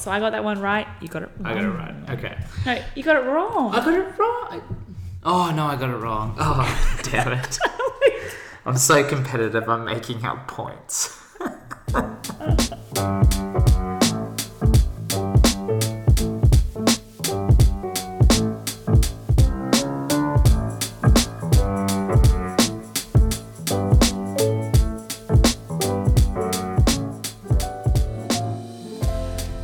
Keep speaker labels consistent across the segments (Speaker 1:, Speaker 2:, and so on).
Speaker 1: So I got that one right. You got it. Wrong.
Speaker 2: I got it right. Um, Okay.
Speaker 1: No, you got it wrong.
Speaker 2: I got it right. Oh no, I got it wrong. Oh damn it! I'm so competitive. I'm making up points.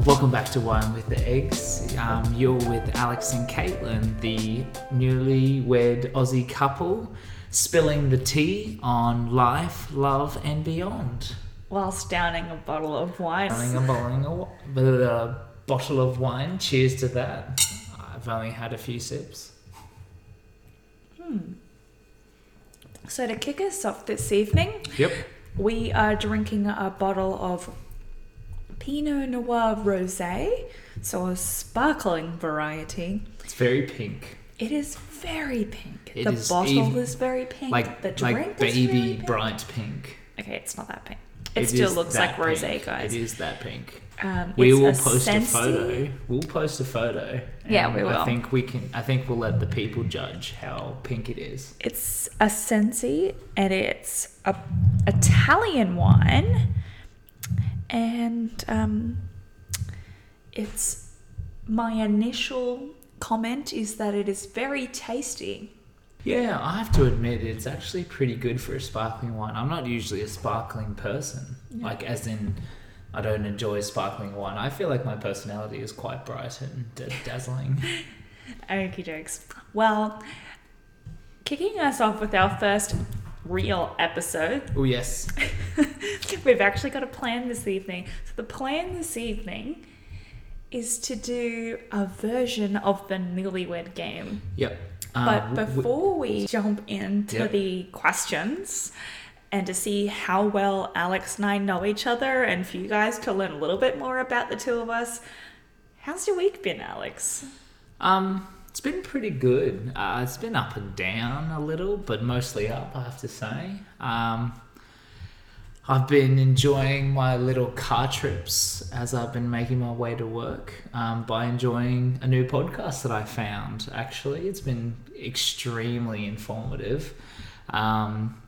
Speaker 2: Welcome back to Wine with the Eggs. Um, you're with Alex and Caitlin, the newlywed Aussie couple, spilling the tea on life, love, and beyond.
Speaker 1: Whilst downing a bottle of wine.
Speaker 2: Having a bowling a wa- blah, blah, blah, bottle of wine. Cheers to that. I've only had a few sips.
Speaker 1: So to kick us off this evening,
Speaker 2: Yep.
Speaker 1: we are drinking a bottle of Pinot Noir Rosé, so a sparkling variety.
Speaker 2: It's very pink.
Speaker 1: It is very pink.
Speaker 2: It
Speaker 1: the
Speaker 2: is
Speaker 1: bottle
Speaker 2: even-
Speaker 1: is very pink.
Speaker 2: Like,
Speaker 1: the drink
Speaker 2: like
Speaker 1: is
Speaker 2: baby
Speaker 1: very pink.
Speaker 2: bright pink.
Speaker 1: Okay, it's not that pink. It,
Speaker 2: It
Speaker 1: still
Speaker 2: is
Speaker 1: looks like
Speaker 2: that
Speaker 1: rosé,
Speaker 2: pink.
Speaker 1: guys.
Speaker 2: It is that pink.
Speaker 1: Um,
Speaker 2: We
Speaker 1: it's
Speaker 2: will
Speaker 1: a
Speaker 2: post
Speaker 1: Sensi-
Speaker 2: a photo. We'll post a photo.
Speaker 1: Yeah,
Speaker 2: and
Speaker 1: we
Speaker 2: I
Speaker 1: will.
Speaker 2: think we can. I think we'll let the people judge how pink it is.
Speaker 1: It's a Sensi, and it's a Italian wine, and um, it's my initial comment is that it is very tasty.
Speaker 2: Yeah, I have to admit it's actually pretty good for a sparkling wine. I'm not usually a sparkling person. Like, as in, I don't enjoy sparkling wine. I feel like my personality is quite bright and d- dazzling.
Speaker 1: Okie dokes. Well, kicking us off with our first real episode,
Speaker 2: oh yes,
Speaker 1: We've actually got a plan this evening. So the plan this evening is to do a version of the newlywed game.
Speaker 2: yep. Um,
Speaker 1: But
Speaker 2: w- w-
Speaker 1: before we jump into
Speaker 2: Yep.
Speaker 1: the questions and to see how well Alex and I know each other and for you guys to learn a little bit more about the two of us, how's your week been, Alex?
Speaker 2: Um, it's been pretty good. Uh, it's been up and down a little, but mostly up, I have to say. Um, I've been enjoying my little car trips as I've been making my way to work um, by enjoying a new podcast that I found. Actually, it's been extremely informative. Um,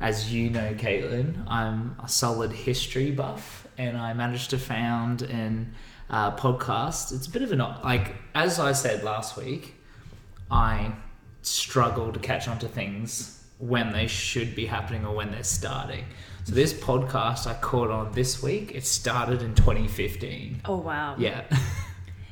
Speaker 2: as you know, Caitlin, I'm a solid history buff, and I managed to found an uh, podcast. It's a bit of an like as I said last week, I struggle to catch on to things when they should be happening or when they're starting. So this podcast I caught on this week. It started in 2015.
Speaker 1: Oh, wow.
Speaker 2: Yeah.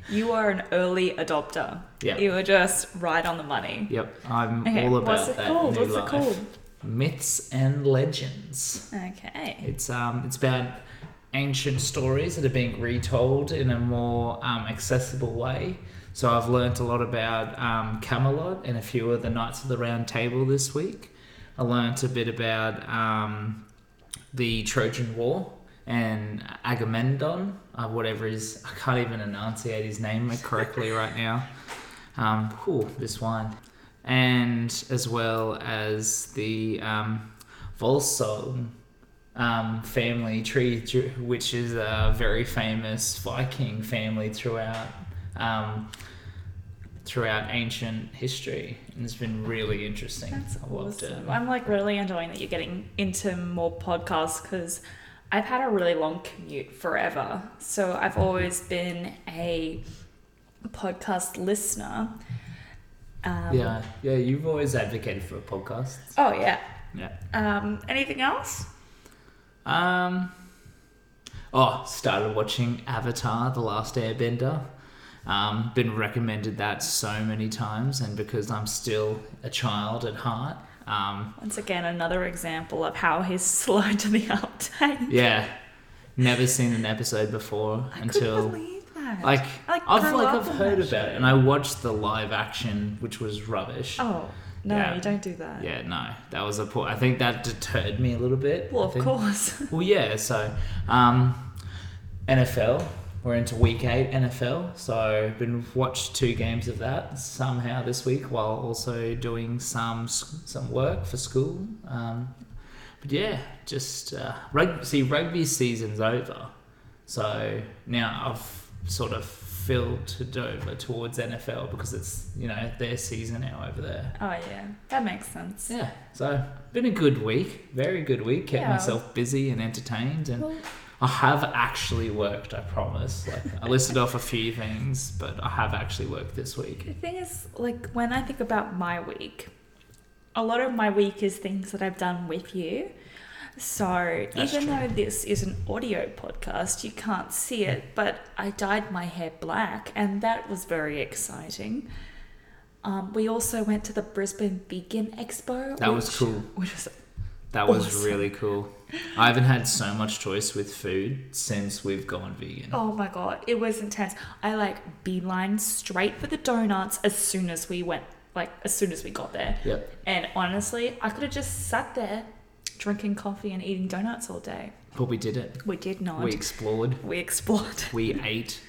Speaker 1: You are an early adopter.
Speaker 2: Yeah.
Speaker 1: You were just right on the money.
Speaker 2: yep. I'm
Speaker 1: Okay,
Speaker 2: all about
Speaker 1: what's it
Speaker 2: that
Speaker 1: called?
Speaker 2: new
Speaker 1: What's
Speaker 2: life.
Speaker 1: it called?
Speaker 2: Myths and legends.
Speaker 1: Okay.
Speaker 2: It's um, it's about ancient stories that are being retold in a more um, accessible way. So I've learnt a lot about um, Camelot and a few of the Knights of the Round Table this week. I learnt a bit about um, the Trojan War and Agamemnon, uh, whatever is I can't even enunciate his name correctly right now. Um, whew, this wine, and as well as the um, Volsung um, family tree, dr- which is a very famous Viking family throughout um, throughout ancient history, and it's been really interesting.
Speaker 1: That's
Speaker 2: I loved
Speaker 1: awesome.
Speaker 2: it.
Speaker 1: I'm like really enjoying that you're getting into more podcasts because I've had a really long commute forever. So
Speaker 2: Mm-hmm.
Speaker 1: I've always been a podcast listener. Um,
Speaker 2: Yeah, yeah, you've always advocated for podcasts.
Speaker 1: Oh, yeah.
Speaker 2: Yeah.
Speaker 1: Um, anything else?
Speaker 2: Um. Oh, started watching Avatar: The Last Airbender. Um, been recommended that so many times, and because I'm still a child at heart, um,
Speaker 1: Once again, another example of how he's slow to the update.
Speaker 2: Yeah, never seen an episode before
Speaker 1: I couldn't
Speaker 2: until
Speaker 1: believe that.
Speaker 2: like,
Speaker 1: I
Speaker 2: I've
Speaker 1: grew
Speaker 2: like
Speaker 1: up
Speaker 2: I've
Speaker 1: on
Speaker 2: heard
Speaker 1: that
Speaker 2: about it,
Speaker 1: show.
Speaker 2: and I watched the live action, which was rubbish.
Speaker 1: oh, no,
Speaker 2: Yeah.
Speaker 1: you don't do that.
Speaker 2: Yeah, no, that was a poor. I think that deterred me a little bit.
Speaker 1: Well,
Speaker 2: I
Speaker 1: of
Speaker 2: think.
Speaker 1: course.
Speaker 2: Well, yeah. So, um, NFL. We're into week eight NFL, so I've been watched two games of that somehow this week while also doing some s- some work for school. Um, but yeah, just uh, rug see rugby season's over, so now I've sort of filtered over towards NFL because it's you know their season now over there.
Speaker 1: Oh yeah, that makes sense.
Speaker 2: Yeah, so been a good week, very good week. Kept
Speaker 1: Yeah.
Speaker 2: myself busy and entertained, and
Speaker 1: Well,
Speaker 2: I have actually worked. I promise. Like I listed off a few things, but I have actually worked this week.
Speaker 1: the thing is, like when I think about my week, a lot of my week is things that I've done with you. So
Speaker 2: That's
Speaker 1: even
Speaker 2: true.
Speaker 1: though this is an audio podcast, you can't see it, but I dyed my hair black, and that was very exciting. Um, we also went to the Brisbane Vegan Expo.
Speaker 2: That was
Speaker 1: which-
Speaker 2: cool.
Speaker 1: Which was
Speaker 2: That was
Speaker 1: Awesome.
Speaker 2: really cool. I haven't had so much choice with food since we've gone vegan.
Speaker 1: Oh my god, it was intense. I like beeline straight for the donuts as soon as we went, like as soon as we got there.
Speaker 2: Yep.
Speaker 1: And honestly, I could have just sat there drinking coffee and eating donuts all day.
Speaker 2: But we did it.
Speaker 1: We did not.
Speaker 2: We
Speaker 1: We,
Speaker 2: explored.
Speaker 1: explored.
Speaker 2: We ate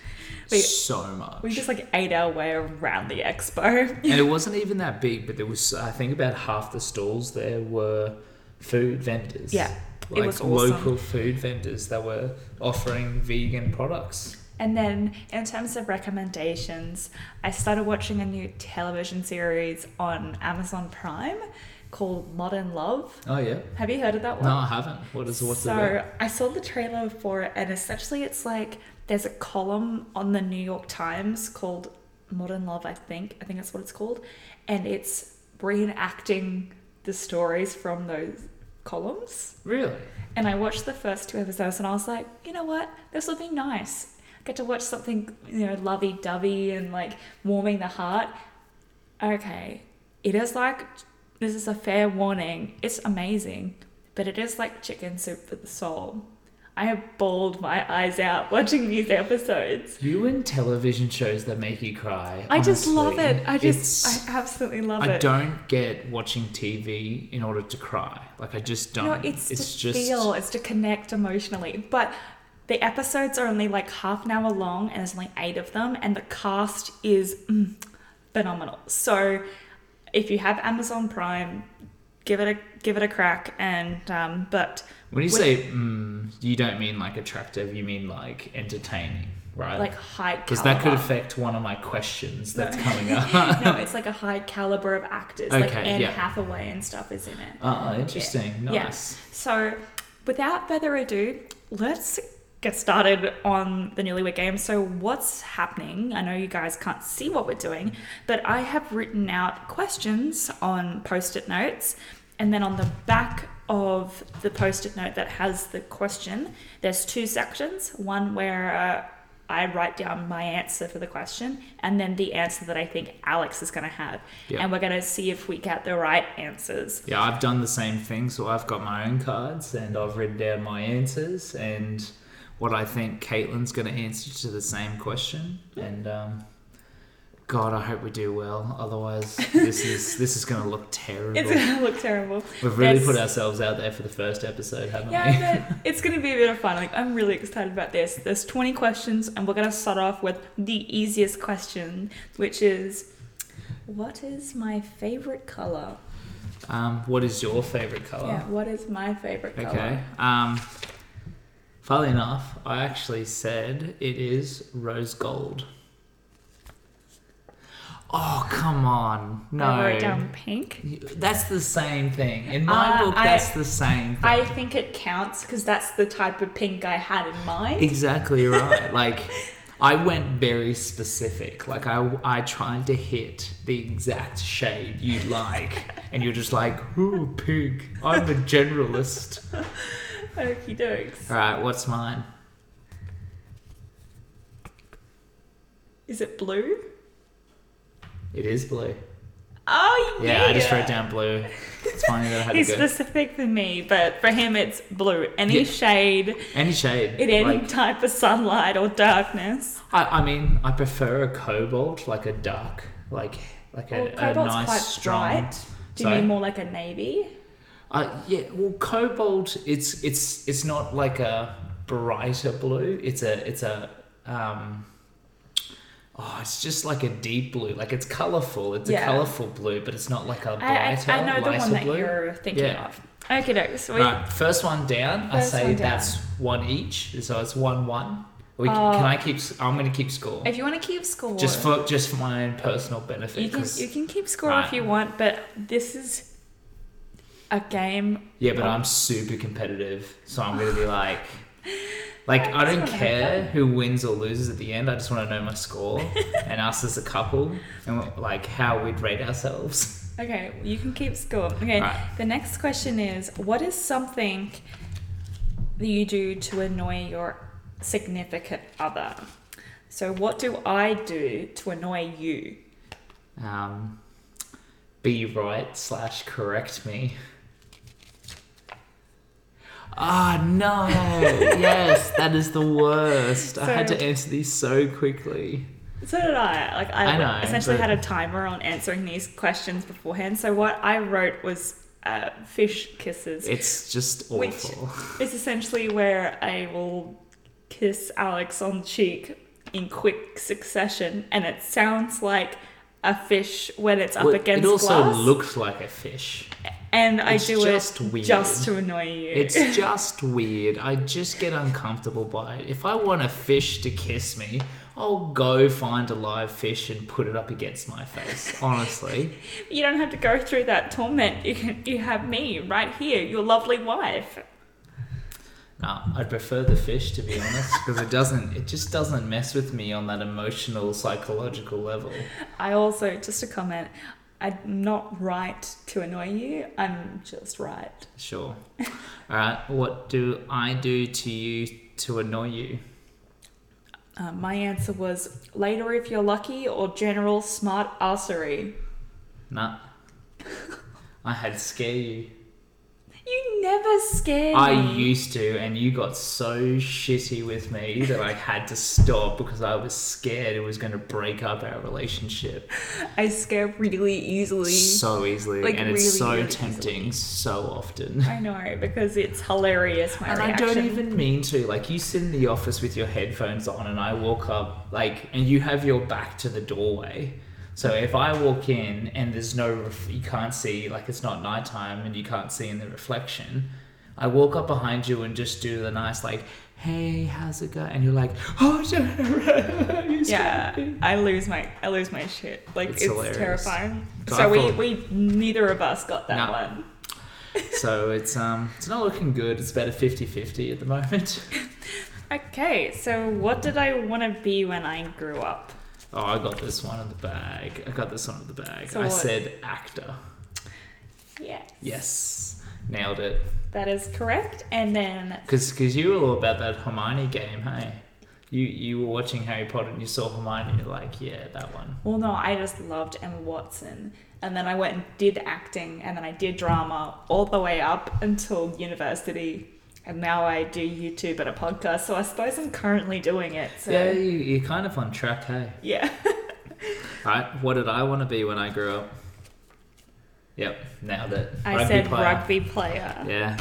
Speaker 1: We-
Speaker 2: so much.
Speaker 1: We just like ate our way around the expo.
Speaker 2: and it wasn't even that big, but there was, I think, about half the stalls there were food vendors.
Speaker 1: Yeah, it
Speaker 2: Like
Speaker 1: was awesome.
Speaker 2: local food vendors that were offering vegan products.
Speaker 1: And then, in terms of recommendations, I started watching a new television series on Amazon Prime called Modern Love.
Speaker 2: Oh, yeah.
Speaker 1: Have you heard of that one?
Speaker 2: No, I haven't. What is what's it
Speaker 1: so
Speaker 2: about?
Speaker 1: I saw the trailer for it, and essentially it's like there's a column on the New York Times called Modern Love, I think. I think that's what it's called, and it's reenacting the stories from those columns.
Speaker 2: Really?
Speaker 1: And I watched the first two episodes, and I was like, you know what, this will be nice. Get to watch something you know lovey-dovey and like warming the heart. Okay, it is like this is a fair warning. It's amazing, but it is like chicken soup for the soul. I have bawled my eyes out watching these episodes.
Speaker 2: You and television shows that make you cry.
Speaker 1: I just love
Speaker 2: honestly.
Speaker 1: it. I
Speaker 2: It's-
Speaker 1: just, I absolutely love
Speaker 2: I
Speaker 1: it.
Speaker 2: don't get watching TV in order to cry. Like I just don't.
Speaker 1: No, it's, to feel, it's to connect emotionally. But the episodes are only like half an hour long, and there's only eight of them, and the cast is mm, phenomenal. So, if you have Amazon Prime, give it a give it a crack. And um, but
Speaker 2: when you
Speaker 1: when-
Speaker 2: say mm, you don't mean like attractive, you mean like entertaining, right?
Speaker 1: like high
Speaker 2: because that could affect one of my questions that's coming up.
Speaker 1: no, it's like a high caliber of actors, like
Speaker 2: Okay,
Speaker 1: Anne
Speaker 2: yeah.
Speaker 1: Hathaway and stuff is in it.
Speaker 2: Oh, interesting. Nice.
Speaker 1: So, without further ado, let's get started on the Newlywed Game. So, what's happening? I know you guys can't see what we're doing, but I have written out questions on post it notes. And then on the back of the post it note that has the question, there's two sections one where uh, I write down my answer for the question and then the answer that I think Alex is going to have.
Speaker 2: Yeah.
Speaker 1: And we're going to see if we get the right answers.
Speaker 2: Yeah, I've done the same thing. So I've got my own cards and I've written down my answers and what I think Caitlin's going to answer to the same question. And um, God, I hope we do well. Otherwise, this is this is going to look terrible.
Speaker 1: It's going to look terrible.
Speaker 2: We've really
Speaker 1: That's-
Speaker 2: put ourselves out there for the first episode, haven't we?
Speaker 1: Yeah, but it's gonna be a bit of fun. Like I'm really excited about this. There's 20 questions, and we're gonna start off with the easiest question, which is, what is my favorite color?
Speaker 2: Um, what is your favorite
Speaker 1: Yeah,
Speaker 2: color?
Speaker 1: what is my favorite color?
Speaker 2: Oh. okay. Um, funnily enough, I actually said it is rose gold. Oh come on! No,
Speaker 1: I wrote down pink.
Speaker 2: that's the same thing. In my
Speaker 1: Uh,
Speaker 2: book,
Speaker 1: I-
Speaker 2: that's the same. Thing.
Speaker 1: I think it counts because that's the type of pink I had in mind.
Speaker 2: Exactly right. like I went very specific. Like I I tried to hit the exact shade you like, and you're just like, ooh, pig. I'm a generalist.
Speaker 1: Okie dokes.
Speaker 2: All right, what's mine?
Speaker 1: Is it blue?
Speaker 2: It is blue.
Speaker 1: Oh yeah.
Speaker 2: Yeah, I just wrote down blue. It's funny that I had
Speaker 1: He's
Speaker 2: to go.
Speaker 1: specific for me, but for him it's blue. Any
Speaker 2: Yeah.
Speaker 1: shade,
Speaker 2: Any shade.
Speaker 1: in any
Speaker 2: Like,
Speaker 1: type of sunlight or darkness.
Speaker 2: I, I mean, I prefer a cobalt, like a dark, like like a,
Speaker 1: Well,
Speaker 2: a
Speaker 1: cobalt's
Speaker 2: nice
Speaker 1: quite
Speaker 2: strong.
Speaker 1: bright. Do you
Speaker 2: Sorry?
Speaker 1: mean more like a navy?
Speaker 2: Uh, yeah, well, cobalt. It's it's it's not like a brighter blue. It's a it's a um. Oh, it's just like a deep blue. Like it's colorful. It's
Speaker 1: Yeah.
Speaker 2: a colorful blue, but it's not like a brighter,
Speaker 1: I, I, I know the
Speaker 2: lighter
Speaker 1: one that
Speaker 2: blue.
Speaker 1: you're thinking
Speaker 2: Yeah.
Speaker 1: of. Okay, no, so we,
Speaker 2: Right, first one down.
Speaker 1: First
Speaker 2: I say
Speaker 1: one down.
Speaker 2: that's one each. So it's one one. We, can-
Speaker 1: Uh,
Speaker 2: can I keep? s- I'm going to keep score.
Speaker 1: If you want to keep score,
Speaker 2: Just for just for my own personal benefit.
Speaker 1: you can
Speaker 2: 'cause-
Speaker 1: you can keep score if
Speaker 2: Right.
Speaker 1: you want, but this is a game.
Speaker 2: yeah, but I'm super competitive, so I'm going to be like, like
Speaker 1: That's
Speaker 2: I don't
Speaker 1: not
Speaker 2: care
Speaker 1: bad.
Speaker 2: who wins or loses at the end. I just want to know my score and us as a couple and like how we'd rate ourselves.
Speaker 1: Okay, you can keep score. Okay,
Speaker 2: Right.
Speaker 1: the next question is: What is something that you do to annoy your significant other? So, what do I do to annoy you?
Speaker 2: Um, be right slash correct me. Ah no! yes, that is the worst. I had
Speaker 1: So-
Speaker 2: to answer these so quickly.
Speaker 1: So did I. Like I,
Speaker 2: I know,
Speaker 1: essentially
Speaker 2: but-
Speaker 1: had a timer on answering these questions beforehand. So what I wrote was uh, fish kisses.
Speaker 2: It's just awful.
Speaker 1: Which- It's essentially where I will kiss Alex on the cheek in quick succession, and it sounds like a fish when it's up
Speaker 2: Well,
Speaker 1: against
Speaker 2: it also
Speaker 1: glass.
Speaker 2: looks like a fish.
Speaker 1: and I
Speaker 2: it's
Speaker 1: do
Speaker 2: just
Speaker 1: it
Speaker 2: weird.
Speaker 1: just to annoy you.
Speaker 2: It's just weird. I just get uncomfortable by it. If I want a fish to kiss me, I'll go find a live fish and put it up against my face. Honestly,
Speaker 1: you don't have to go through that torment. You can, you have me right here, your lovely wife.
Speaker 2: no, I'd prefer the fish to be honest, because it doesn't. It just doesn't mess with me on that emotional, psychological level.
Speaker 1: I also just a comment. I'm not right to annoy you. I'm just right.
Speaker 2: Sure. All right. What do I do to you to annoy you?
Speaker 1: Uh, my answer was later if you're lucky or general smart arsery.
Speaker 2: Nah. I had scare you.
Speaker 1: You never scare
Speaker 2: I
Speaker 1: me.
Speaker 2: used to, and you got so shitty with me that I had to stop because I was scared it was going to break up our relationship
Speaker 1: I scare really easily.
Speaker 2: so easily,
Speaker 1: Like,
Speaker 2: and it's
Speaker 1: really,
Speaker 2: so
Speaker 1: really
Speaker 2: tempting
Speaker 1: easily.
Speaker 2: so often.
Speaker 1: I know because it's hilarious. My
Speaker 2: And
Speaker 1: reaction.
Speaker 2: I don't even mean to. Like, you sit in the office with your headphones on, and I walk up, like, and you have your back to the doorway. So if I walk in and there's no, ref- you can't see, like, it's not nighttime and you can't see in the reflection, I walk up behind you and just do the nice, like, hey, how's it going? And you're like, oh, you scared
Speaker 1: Yeah,
Speaker 2: me."
Speaker 1: I lose my I lose my shit. Like
Speaker 2: It's
Speaker 1: it's,
Speaker 2: hilarious.
Speaker 1: terrifying.
Speaker 2: So
Speaker 1: So,
Speaker 2: I
Speaker 1: we
Speaker 2: thought-
Speaker 1: we neither of us got that
Speaker 2: No.
Speaker 1: one.
Speaker 2: So it's um it's not looking good. It's about a 50-50 at the moment.
Speaker 1: Okay, so what did I want to be when I grew up?
Speaker 2: Oh, I got this one in the bag. I got this one in the bag.
Speaker 1: So
Speaker 2: I
Speaker 1: what-
Speaker 2: said actor.
Speaker 1: Yeah.
Speaker 2: Yes, nailed it.
Speaker 1: That is correct. And then
Speaker 2: Because you were all about that Hermione game, hey? You you were watching Harry Potter and you saw Hermione, you're like, yeah, that one.
Speaker 1: Well, no, I just loved Emma Watson. And then I went and did acting, and then I did drama all the way up until university. And now I do YouTube and a podcast. So I suppose I'm currently doing it. So
Speaker 2: yeah, you, you're kind of on track, hey?
Speaker 1: yeah.
Speaker 2: All right, what did I want to be when I grew up? Yep, nailed it.
Speaker 1: I
Speaker 2: Rugby
Speaker 1: said
Speaker 2: player.
Speaker 1: rugby player.
Speaker 2: Yeah,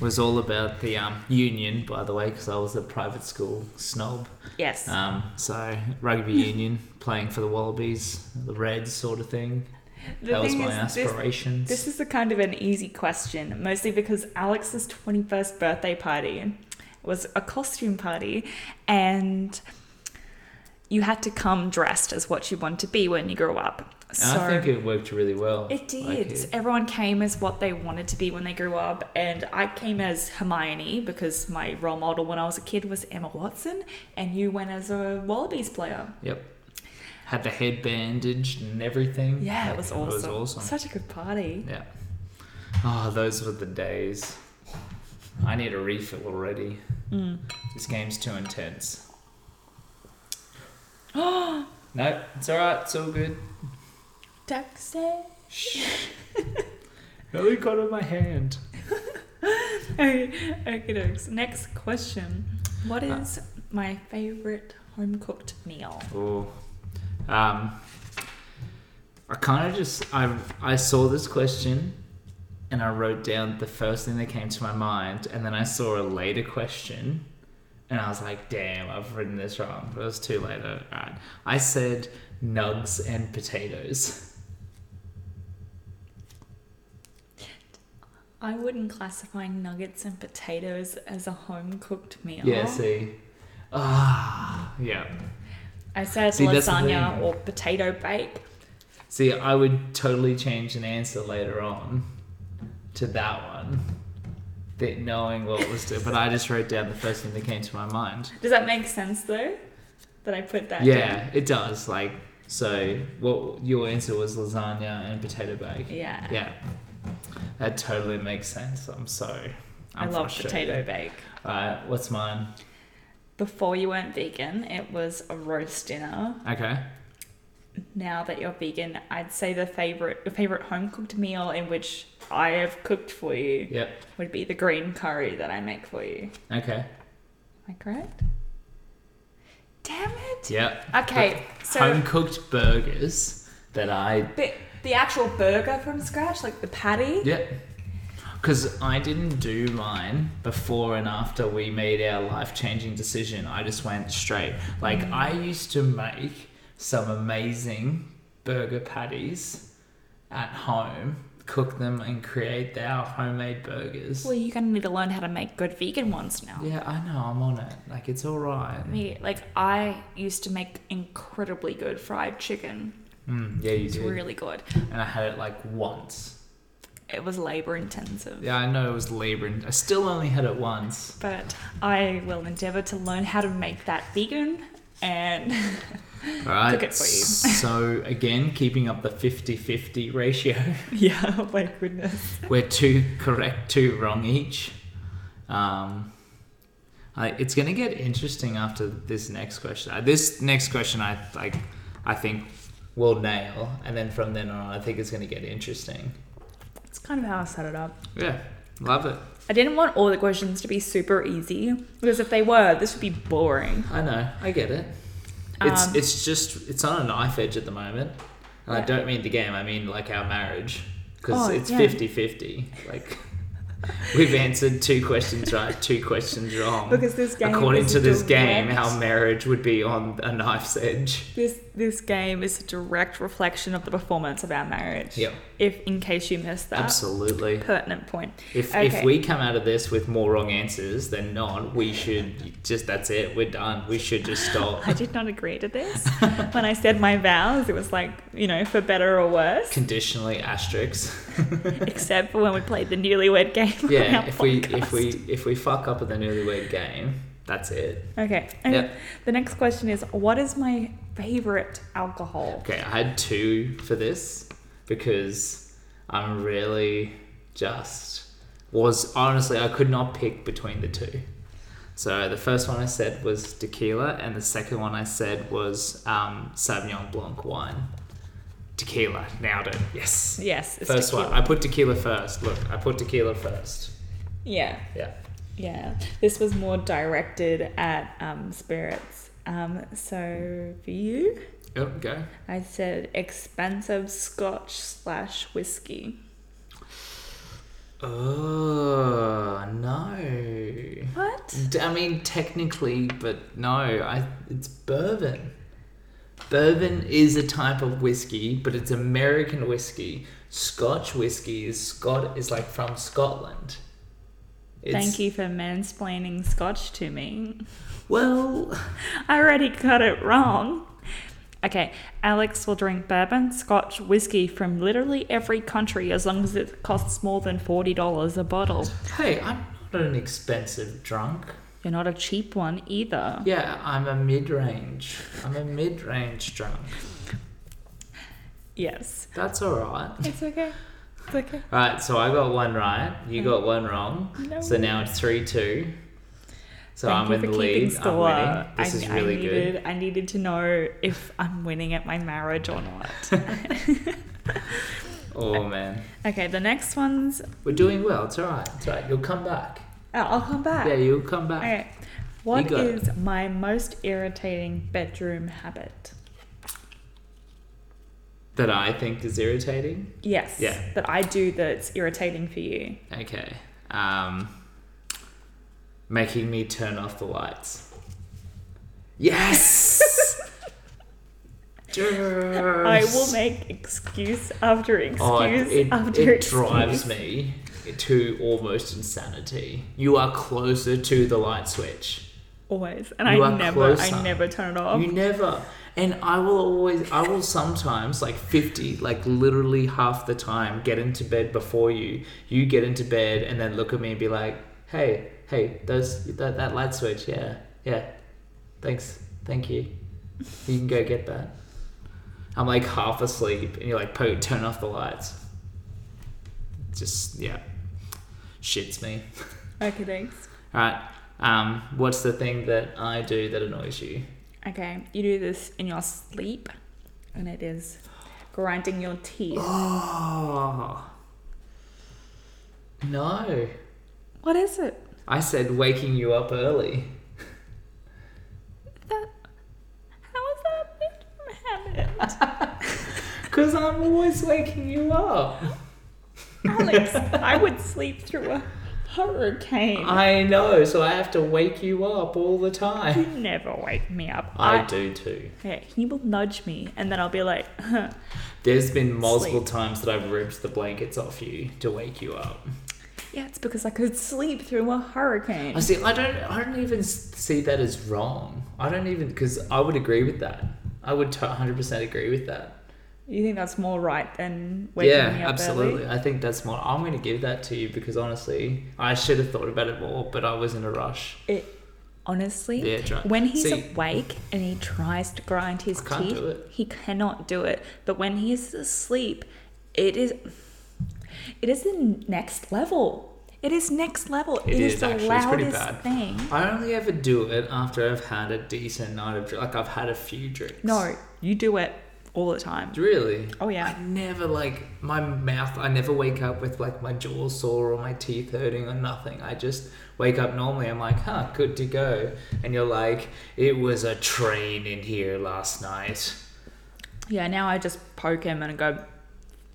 Speaker 2: was all about the um, union, by the way, because I was a private school snob.
Speaker 1: Yes.
Speaker 2: Um, so rugby union, playing for the Wallabies, the Reds, sort of thing.
Speaker 1: the
Speaker 2: that was
Speaker 1: thing
Speaker 2: my
Speaker 1: is, this,
Speaker 2: aspirations.
Speaker 1: this is a kind of an easy question, mostly because Alex's 21st birthday party was a costume party, and you had to come dressed as what you want to be when you grow up.
Speaker 2: And
Speaker 1: So
Speaker 2: I think it worked really well.
Speaker 1: It did.
Speaker 2: Like, it-
Speaker 1: Everyone came as what they wanted to be when they grew up, and I came as Hermione because my role model when I was a kid was Emma Watson, and you went as a Wallabies player.
Speaker 2: Yep. Had the head bandaged and everything.
Speaker 1: Yeah,
Speaker 2: Like,
Speaker 1: it was awesome.
Speaker 2: Mm. It was awesome.
Speaker 1: Such a good party.
Speaker 2: Yeah. Oh, those were the days. I need a refill already.
Speaker 1: Mm.
Speaker 2: This game's too intense. no, it's alright. It's all good.
Speaker 1: Taxi.
Speaker 2: Shh. Nearly got on my hand.
Speaker 1: Okay, okay, dokes. Next question. What
Speaker 2: Uh.
Speaker 1: is my favorite home cooked meal?
Speaker 2: Oh. Um, I kind of just I I saw this question, and I wrote down the first thing that came to my mind, and then I saw a later question, and I was like, "Damn, I've written this wrong." But it was too late. All right, I said nugs and potatoes.
Speaker 1: I wouldn't classify nuggets and potatoes as a home cooked meal.
Speaker 2: Yeah, see, Ah, yeah.
Speaker 1: I said
Speaker 2: See, that's the
Speaker 1: lasagna
Speaker 2: thing.
Speaker 1: or potato bake.
Speaker 2: See, I would totally change an answer later on to that one, that knowing what was to. But I just wrote down the first thing that came to my mind.
Speaker 1: Does that make sense though? That I put that.
Speaker 2: Yeah, it does. Like, so what your answer was lasagna and potato bake.
Speaker 1: down? Yeah.
Speaker 2: Yeah, that totally makes sense. I'm so.
Speaker 1: I
Speaker 2: I'm
Speaker 1: love
Speaker 2: frustrated.
Speaker 1: potato bake.
Speaker 2: All right, what's mine?
Speaker 1: Before you weren't vegan, it was a roast dinner.
Speaker 2: Okay.
Speaker 1: Now that you're vegan, I'd say the favorite your favorite home cooked meal in which I have cooked for you
Speaker 2: Yep.
Speaker 1: would be the green curry that I make for you.
Speaker 2: Okay.
Speaker 1: Am I correct? Damn it!
Speaker 2: Yep.
Speaker 1: Okay, so
Speaker 2: Home cooked burgers that I
Speaker 1: the, the actual burger from scratch, like the patty.
Speaker 2: Yep. Because I didn't do mine before and after we made our life changing decision. I just went straight. Like,
Speaker 1: Mm.
Speaker 2: I used to make some amazing burger patties at home, cook them, and create our homemade burgers.
Speaker 1: Well, you're gonna need to learn how to make good vegan ones now.
Speaker 2: yeah, I know, I'm on it. Like, it's alright.
Speaker 1: Me, like I used to make incredibly good fried chicken.
Speaker 2: Mm, yeah, you
Speaker 1: It's
Speaker 2: did.
Speaker 1: really good.
Speaker 2: and I had it like once.
Speaker 1: It was labor intensive,
Speaker 2: Yeah, I know it was labor. and I still only had it once.
Speaker 1: but I will endeavor to learn how to make that vegan. And
Speaker 2: All right.
Speaker 1: Cook it for you.
Speaker 2: so, again, keeping up the 50 50 ratio.
Speaker 1: yeah, oh my goodness,
Speaker 2: We're two correct, two wrong each. Um, I, it's going to get interesting after this next question. Uh, this next question, I like, I think will nail, and then from then on, I think it's going to get interesting.
Speaker 1: that's kind of how I set it up.
Speaker 2: Yeah, love it.
Speaker 1: I didn't want all the questions to be super easy because if they were, this would be boring.
Speaker 2: I know, I get it. It's
Speaker 1: Um,
Speaker 2: it's just it's on a knife edge at the moment, and I
Speaker 1: Yeah.
Speaker 2: don't mean the game. I mean like our marriage because
Speaker 1: Oh,
Speaker 2: it's
Speaker 1: yeah.
Speaker 2: 50-50. Like we've answered two questions right, two questions wrong.
Speaker 1: Because this game,
Speaker 2: According
Speaker 1: is
Speaker 2: to
Speaker 1: a
Speaker 2: this game,
Speaker 1: direct-
Speaker 2: our marriage would be on a knife's edge.
Speaker 1: This this game is a direct reflection of the performance of our marriage.
Speaker 2: Yep,
Speaker 1: If in case you missed that
Speaker 2: absolutely.
Speaker 1: pertinent point.
Speaker 2: If if
Speaker 1: Okay.
Speaker 2: we come out of this with more wrong answers than not, we should just that's it. We're done. We should just stop.
Speaker 1: I did not agree to this. when I said my vows, it was like, you know, for better or worse.
Speaker 2: Conditionally asterisks.
Speaker 1: Except for when we played the newlywed game. on
Speaker 2: yeah
Speaker 1: our
Speaker 2: if we
Speaker 1: podcast.
Speaker 2: if we if we fuck up at the newlywed game that's it
Speaker 1: Okay. okay.
Speaker 2: Yep.
Speaker 1: The next question is what is my favorite alcohol?
Speaker 2: okay i had two for this because i'm really just was honestly i could not pick between the two so the first one i said was tequila and the second one i said was um, sauvignon blanc wine tequila nailed it yes
Speaker 1: Yes. It's
Speaker 2: first
Speaker 1: tequila.
Speaker 2: one i put tequila first look i put tequila first
Speaker 1: Yeah.
Speaker 2: yeah
Speaker 1: Yeah. This was more directed at um, spirits. Um, so for you,
Speaker 2: yep Oh, go
Speaker 1: I said expensive scotch slash whiskey.
Speaker 2: oh no
Speaker 1: What?
Speaker 2: D- I mean, technically, but no, I, it's bourbon. Bourbon is a type of whiskey, but it's American whiskey. Scotch whiskey is Scot is like from Scotland.
Speaker 1: Thank you for mansplaining scotch to me.
Speaker 2: Well,
Speaker 1: I already got it wrong. Okay, Alex will drink bourbon, scotch, whiskey from literally every country as long as it costs more than $40 a bottle.
Speaker 2: hey, I'm not an expensive drunk.
Speaker 1: You're not a cheap one either.
Speaker 2: Yeah, I'm a mid-range. I'm a mid-range drunk.
Speaker 1: Yes.
Speaker 2: That's all right.
Speaker 1: It's okay. It's okay.
Speaker 2: All right, so I got one right.
Speaker 1: Mm.
Speaker 2: You got one wrong.
Speaker 1: No.
Speaker 2: So now it's three two. So
Speaker 1: Thank
Speaker 2: I'm
Speaker 1: you
Speaker 2: in the
Speaker 1: for keeping
Speaker 2: lead. I'm
Speaker 1: score.
Speaker 2: winning. This
Speaker 1: I-
Speaker 2: is
Speaker 1: I
Speaker 2: really
Speaker 1: needed,
Speaker 2: good.
Speaker 1: I needed to know if I'm winning at my marriage or not.
Speaker 2: Oh man,
Speaker 1: okay, the next one's.
Speaker 2: we're doing well. It's all right. It's all right. You'll come back.
Speaker 1: Oh, I'll come back.
Speaker 2: Yeah, you'll come back.
Speaker 1: Okay. What
Speaker 2: got
Speaker 1: is my most irritating bedroom habit?
Speaker 2: That I think is irritating.
Speaker 1: Yes.
Speaker 2: Yeah.
Speaker 1: That I do that's irritating for you.
Speaker 2: Okay. Um, making me turn off the lights. Yes.
Speaker 1: I will make excuse after excuse
Speaker 2: Um, Oh, it,
Speaker 1: after
Speaker 2: it
Speaker 1: excuse.
Speaker 2: drives me to almost insanity. You are closer to the light switch
Speaker 1: always, and
Speaker 2: You
Speaker 1: I
Speaker 2: are
Speaker 1: never,
Speaker 2: closer.
Speaker 1: I never turn it off.
Speaker 2: You never. And I will always, I will sometimes, like 50, like literally half the time, get into bed before you. You get into bed and then look at me and be like, hey, hey, those, that, that light switch, yeah, yeah. Thanks, thank you. You can go get that. I'm like half asleep and you're like, po, turn off the lights. Just, yeah. Shits me.
Speaker 1: Okay, thanks.
Speaker 2: All right. Um, what's the thing that I do that annoys you?
Speaker 1: Okay, you do this in your sleep, and it is grinding your teeth.
Speaker 2: Oh. No.
Speaker 1: What is it?
Speaker 2: I said waking you up early.
Speaker 1: That how is that a habit?
Speaker 2: Because I'm always waking you up.
Speaker 1: Alex, I would sleep through a hurricane.
Speaker 2: I know, so I have to wake you up all the
Speaker 1: you
Speaker 2: time.
Speaker 1: never wake me up.
Speaker 2: I do too.
Speaker 1: Yeah, he will nudge me, and then I'll be like,
Speaker 2: There's been multiple
Speaker 1: Sleep.
Speaker 2: times that I've ripped the blankets off you to wake you up.
Speaker 1: "Yeah, it's because I could sleep through a hurricane."
Speaker 2: I see. I don't. I don't even s- see that as wrong. I don't even because I would agree with that. I would one hundred percent agree with that.
Speaker 1: You think that's more right than waking
Speaker 2: yeah,
Speaker 1: me up
Speaker 2: absolutely.
Speaker 1: early?
Speaker 2: I think that's more. I'm going to give that to you because honestly, I should have thought about it more, but I was in a rush.
Speaker 1: It honestly,
Speaker 2: Yeah, try-
Speaker 1: when he's
Speaker 2: see-
Speaker 1: awake and he tries to grind his
Speaker 2: I can't
Speaker 1: teeth,
Speaker 2: do it.
Speaker 1: he cannot do it. But when he is asleep, it is it is the next level. It is next level.
Speaker 2: It
Speaker 1: it is,
Speaker 2: is
Speaker 1: the
Speaker 2: actually, it's pretty
Speaker 1: loudest
Speaker 2: bad.
Speaker 1: thing.
Speaker 2: I only ever do it after I've had a decent night of drink. Like I've had a few drinks.
Speaker 1: No, you do it all the time.
Speaker 2: Really?
Speaker 1: Oh yeah.
Speaker 2: I never like my mouth. I never wake up with like my jaw sore or my teeth hurting or nothing. I just wake up normally. I'm like, huh, good to go. And you're like, it was a train in here last night.
Speaker 1: Yeah, now I just poke him and go,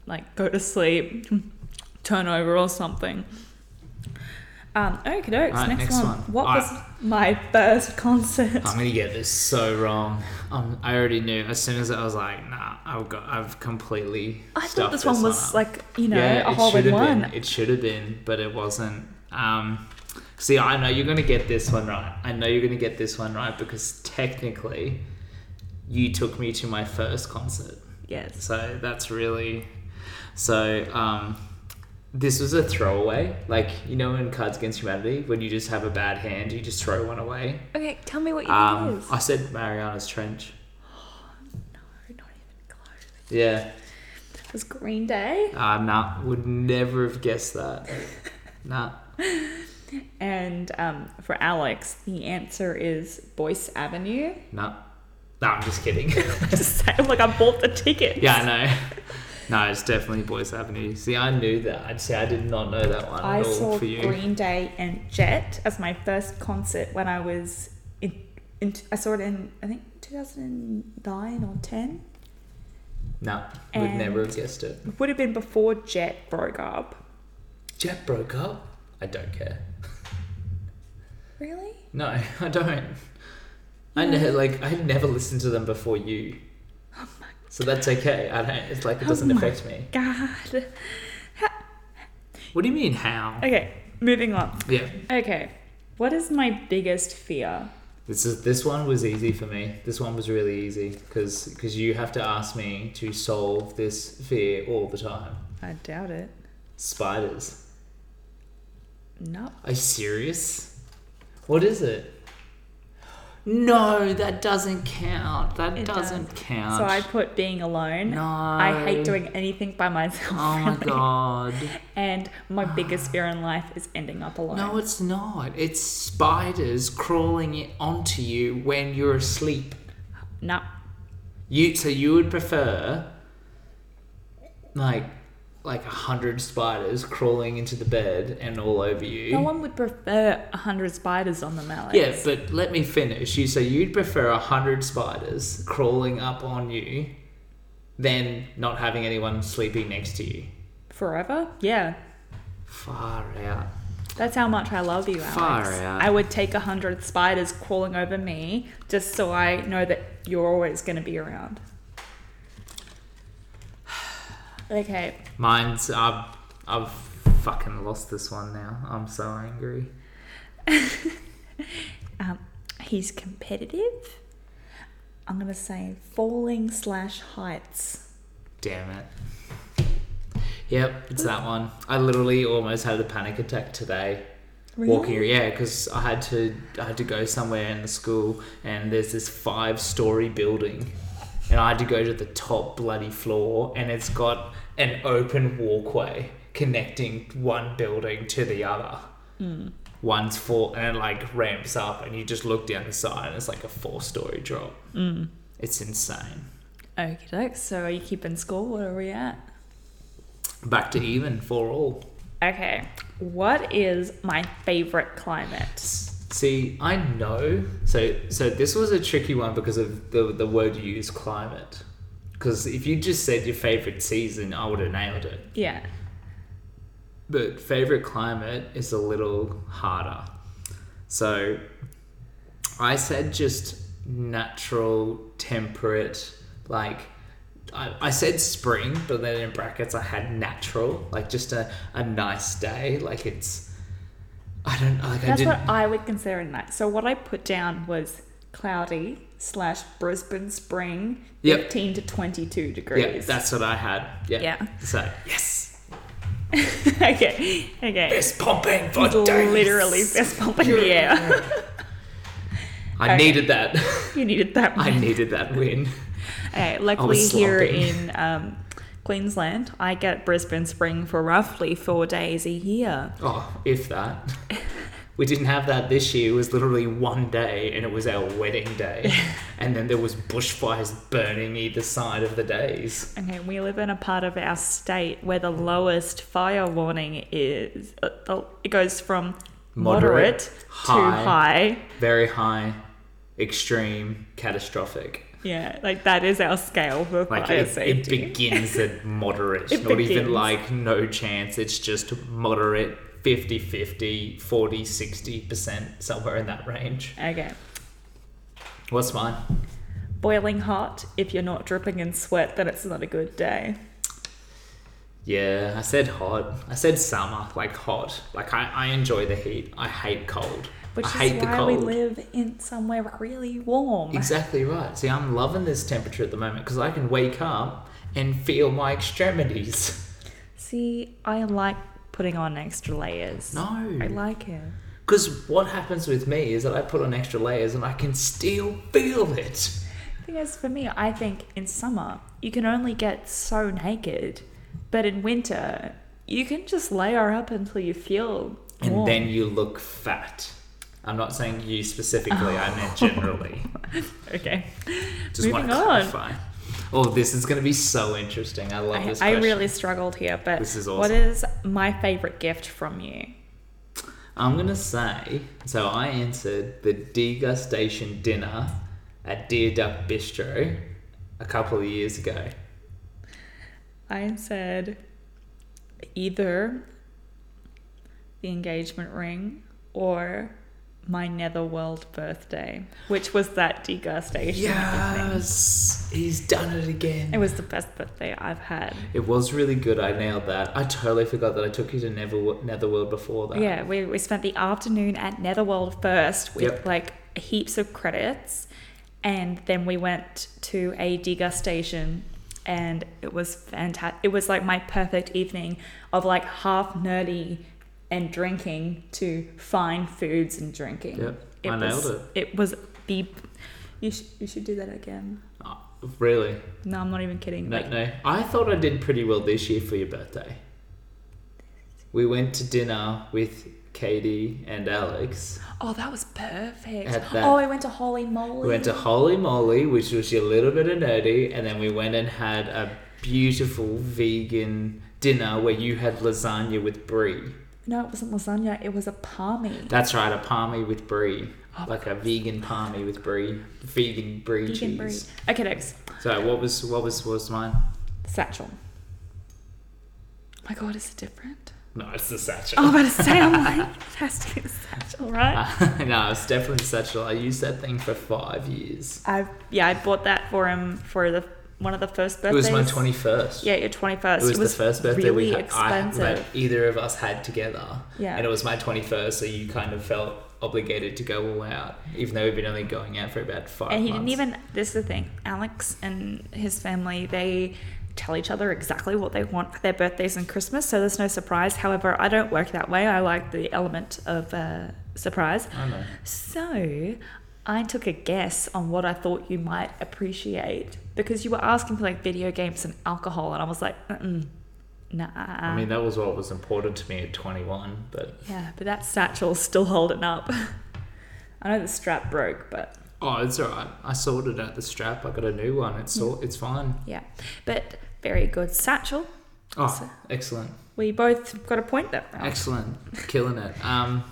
Speaker 1: like, go to sleep, turn over or something. Um, okay, dokes,
Speaker 2: Alright,
Speaker 1: next,
Speaker 2: next
Speaker 1: one.
Speaker 2: one.
Speaker 1: What was my first concert?
Speaker 2: I'm gonna get this so wrong. Um, I already knew as soon as I was like, nah, I've got, I've completely.
Speaker 1: I thought
Speaker 2: stuffed
Speaker 1: this one was
Speaker 2: up.
Speaker 1: like, you know,
Speaker 2: Yeah,
Speaker 1: a
Speaker 2: it
Speaker 1: hole
Speaker 2: should
Speaker 1: in
Speaker 2: have
Speaker 1: one.
Speaker 2: Been. It should have been, but it wasn't. Um, see, I know you're gonna get this one right. I know you're gonna get this one right because technically, you took me to my first concert.
Speaker 1: Yes.
Speaker 2: So that's really. So um, this was a throwaway, like you know, in Cards Against Humanity, when you just have a bad hand, you just throw one away.
Speaker 1: Okay, tell me what you think it
Speaker 2: Um,
Speaker 1: is.
Speaker 2: I said Mariana's Trench.
Speaker 1: No, not even close.
Speaker 2: Yeah,
Speaker 1: It was Green Day
Speaker 2: uh, nah, would never have guessed that. nah.
Speaker 1: and um, for Alex, the answer is Boyce Avenue.
Speaker 2: No. No, I'm just kidding.
Speaker 1: just say like I bought the ticket.
Speaker 2: yeah, I know. No, it's definitely Boys Avenue. See, I knew that. I'd say I did not know that one
Speaker 1: I
Speaker 2: at all
Speaker 1: saw
Speaker 2: for you.
Speaker 1: Green Day and Jet as my first concert when I was in, in I saw it in I think 2009 or 10.
Speaker 2: No, would never
Speaker 1: And-
Speaker 2: have guessed it.
Speaker 1: It would have been before Jet broke up.
Speaker 2: Jet broke up? I don't care.
Speaker 1: Really?
Speaker 2: No, I don't. I never like I never listened to them before you. So that's okay. I don't. It's like it
Speaker 1: Oh
Speaker 2: doesn't
Speaker 1: my-
Speaker 2: affect me.
Speaker 1: God.
Speaker 2: What do you mean? How?
Speaker 1: Okay, moving on.
Speaker 2: Yeah,
Speaker 1: Okay. What is my biggest fear?
Speaker 2: This is this one was easy for me. This one was really easy because you have to ask me to solve this fear all the time.
Speaker 1: I doubt it.
Speaker 2: Spiders.
Speaker 1: No.
Speaker 2: Are you serious? What is it? No, that doesn't count. That
Speaker 1: It
Speaker 2: doesn't count.
Speaker 1: So I put being alone.
Speaker 2: no.
Speaker 1: I hate doing anything by myself.
Speaker 2: Oh my
Speaker 1: really.
Speaker 2: god.
Speaker 1: And my biggest fear in life is ending up alone.
Speaker 2: No, it's not. It's spiders crawling i- onto you when you're asleep.
Speaker 1: No.
Speaker 2: You so you would prefer like like a hundred spiders crawling into the bed and all over you.
Speaker 1: No one would prefer a hundred spiders on them, Alex.
Speaker 2: yeah, but let me finish. You so you'd prefer a hundred spiders crawling up on you than not having anyone sleeping next to you.
Speaker 1: Forever? Yeah.
Speaker 2: Far out.
Speaker 1: That's how much I love you, Alex.
Speaker 2: Far out.
Speaker 1: I would take a hundred spiders crawling over me just so I know that you're always going to be around. Okay.
Speaker 2: Mine's I've I've fucking lost this one now. I'm so angry.
Speaker 1: Um, he's competitive. I'm gonna say falling slash heights.
Speaker 2: Damn it. Yep, it's that one. I literally almost had a panic attack today. Walking, yeah, because I had to I had to go somewhere in the school, and there's this five story building, and I had to go to the top bloody floor, and it's got an open walkway connecting one building to the other. One's full, and it like ramps up, and you just look down the side, and it's like a four story drop.
Speaker 1: Mm.
Speaker 2: It's insane.
Speaker 1: Okie doke. So are you keeping score? Where are we at?
Speaker 2: Back to even for all.
Speaker 1: Okay. What is my favorite climate?
Speaker 2: See, I know. So, so this was a tricky one because of the the word you use, climate. Because if you just said your favorite season, I would have nailed it.
Speaker 1: Yeah.
Speaker 2: But favorite climate is a little harder. So, I said just natural, temperate, like. I, I said spring, but then in brackets I had natural, like just a, a nice day. Like it's, I don't like I
Speaker 1: That's
Speaker 2: didn't.
Speaker 1: what I would consider a night. So what I put down was cloudy slash Brisbane spring,
Speaker 2: Yep.
Speaker 1: fifteen to twenty-two
Speaker 2: Yeah,
Speaker 1: degrees.
Speaker 2: that's what I had. Yeah.
Speaker 1: Yeah.
Speaker 2: So yes,
Speaker 1: okay. Okay.
Speaker 2: fist pumping for
Speaker 1: It's
Speaker 2: days.
Speaker 1: literally fist pump in the air.
Speaker 2: I
Speaker 1: Okay.
Speaker 2: needed that.
Speaker 1: you needed that
Speaker 2: I
Speaker 1: one.
Speaker 2: needed that win.
Speaker 1: Okay,
Speaker 2: I
Speaker 1: luckily
Speaker 2: was
Speaker 1: here
Speaker 2: slumping.
Speaker 1: in um, Queensland, I get Brisbane spring for roughly four days a year.
Speaker 2: Oh, if that. We didn't have that this year. It was literally one day, and it was our wedding day, and then there was bushfires burning either side of the days.
Speaker 1: Okay, we live in a part of our state where the lowest fire warning is. uh, the- It goes from
Speaker 2: Moderate,
Speaker 1: moderate,
Speaker 2: high.
Speaker 1: to high.
Speaker 2: Very high, extreme, catastrophic.
Speaker 1: Yeah, like that is our scale for
Speaker 2: Like
Speaker 1: fire
Speaker 2: it, it
Speaker 1: safety.
Speaker 2: begins at moderate,
Speaker 1: It
Speaker 2: not even
Speaker 1: begins.
Speaker 2: like no chance. It's just moderate 50 50, 40 60%, somewhere in that range.
Speaker 1: okay,
Speaker 2: What's mine?
Speaker 1: boiling hot. If you're not dripping in sweat, then it's not a good day.
Speaker 2: Yeah, I said hot. I said summer, like hot. Like I, I enjoy the heat. I hate cold.
Speaker 1: Which
Speaker 2: I hate
Speaker 1: is
Speaker 2: the
Speaker 1: why
Speaker 2: cold.
Speaker 1: we live in somewhere really warm.
Speaker 2: Exactly right. See, I'm loving this temperature at the moment because I can wake up and feel my extremities.
Speaker 1: See, I like putting on extra layers.
Speaker 2: No.
Speaker 1: I like it.
Speaker 2: Because what happens with me is that I put on extra layers and I can still feel it.
Speaker 1: Thing is, for me, I think in summer you can only get so naked, but in winter you can just layer up until you feel
Speaker 2: And
Speaker 1: warm.
Speaker 2: then you look fat. I'm not saying you specifically, I meant generally.
Speaker 1: okay.
Speaker 2: Just want to
Speaker 1: Oh. Moving on.
Speaker 2: clarify. Oh, this is going to be so interesting. I love
Speaker 1: I,
Speaker 2: this
Speaker 1: I
Speaker 2: question.
Speaker 1: really struggled here, but
Speaker 2: This is
Speaker 1: what
Speaker 2: awesome.
Speaker 1: is my favorite gift from you?
Speaker 2: I'm going to say so I answered the degustation dinner at Deer Duck Bistro a couple of years ago.
Speaker 1: I said either the engagement ring or my netherworld birthday, which was that degustation. thing.
Speaker 2: Yes, he's done it again.
Speaker 1: It was the best birthday I've had.
Speaker 2: It was really good. I nailed that. I totally forgot that I took you to Never- Netherworld before that.
Speaker 1: Yeah, we, we spent the afternoon at Netherworld first with
Speaker 2: Yep.
Speaker 1: like heaps of credits. And then we went to a degustation and it was fantastic. It was like my perfect evening of like half nerdy and drinking to fine foods and drinking.
Speaker 2: Yep, I
Speaker 1: was,
Speaker 2: nailed
Speaker 1: it. was the. You, sh- you should do that again.
Speaker 2: Oh, really?
Speaker 1: No, I'm not even kidding.
Speaker 2: No,
Speaker 1: Like,
Speaker 2: no. I thought I did pretty well this year for your birthday. We went to dinner with Katie and Alex.
Speaker 1: oh, that was perfect.
Speaker 2: At that-
Speaker 1: Oh, I went to Holy Moly.
Speaker 2: We went to Holy Moly, which was a little bit of nerdy, and then we went and had a beautiful vegan dinner where you had lasagna with brie.
Speaker 1: No, it wasn't lasagna. It was a palmy.
Speaker 2: That's right, a palmy with brie.
Speaker 1: Oh,
Speaker 2: Like a vegan palmy with brie, vegan brie
Speaker 1: Vegan
Speaker 2: cheese.
Speaker 1: breed. Okay, next.
Speaker 2: So what was what was what was mine?
Speaker 1: Satchel. Oh my god, is it different?
Speaker 2: No, it's the satchel.
Speaker 1: I was about to say, I'm like, it has to be a satchel, right?
Speaker 2: Uh, no, it's definitely satchel. I used that thing for five years.
Speaker 1: I yeah, I bought that for him for the one of the first
Speaker 2: It
Speaker 1: birthdays.
Speaker 2: was my twenty first.
Speaker 1: Yeah, your twenty
Speaker 2: It
Speaker 1: first.
Speaker 2: was, the first birthday
Speaker 1: really
Speaker 2: we had, I,
Speaker 1: expensive.
Speaker 2: that either of us had together.
Speaker 1: Yeah.
Speaker 2: And it was my 21st, so you kind of felt obligated to go all out, even though we've been only going out for about five.
Speaker 1: and he
Speaker 2: months.
Speaker 1: didn't even this is the thing alex and his family they tell each other exactly what they want for their birthdays and christmas so there's no surprise however i don't work that way i like the element of uh, surprise
Speaker 2: I know.
Speaker 1: so i took a guess on what i thought you might appreciate because you were asking for like video games and alcohol and i was like Mm-mm, nah
Speaker 2: I mean, that was what was important to me at 21, but
Speaker 1: yeah but that satchel's still holding up i know the strap broke but
Speaker 2: oh, it's all right. I sorted out the strap. I got a new one. It's sort. It's fine.
Speaker 1: yeah but very good satchel
Speaker 2: Oh,
Speaker 1: So-
Speaker 2: excellent,
Speaker 1: We both got a point that round.
Speaker 2: excellent, killing it. Um,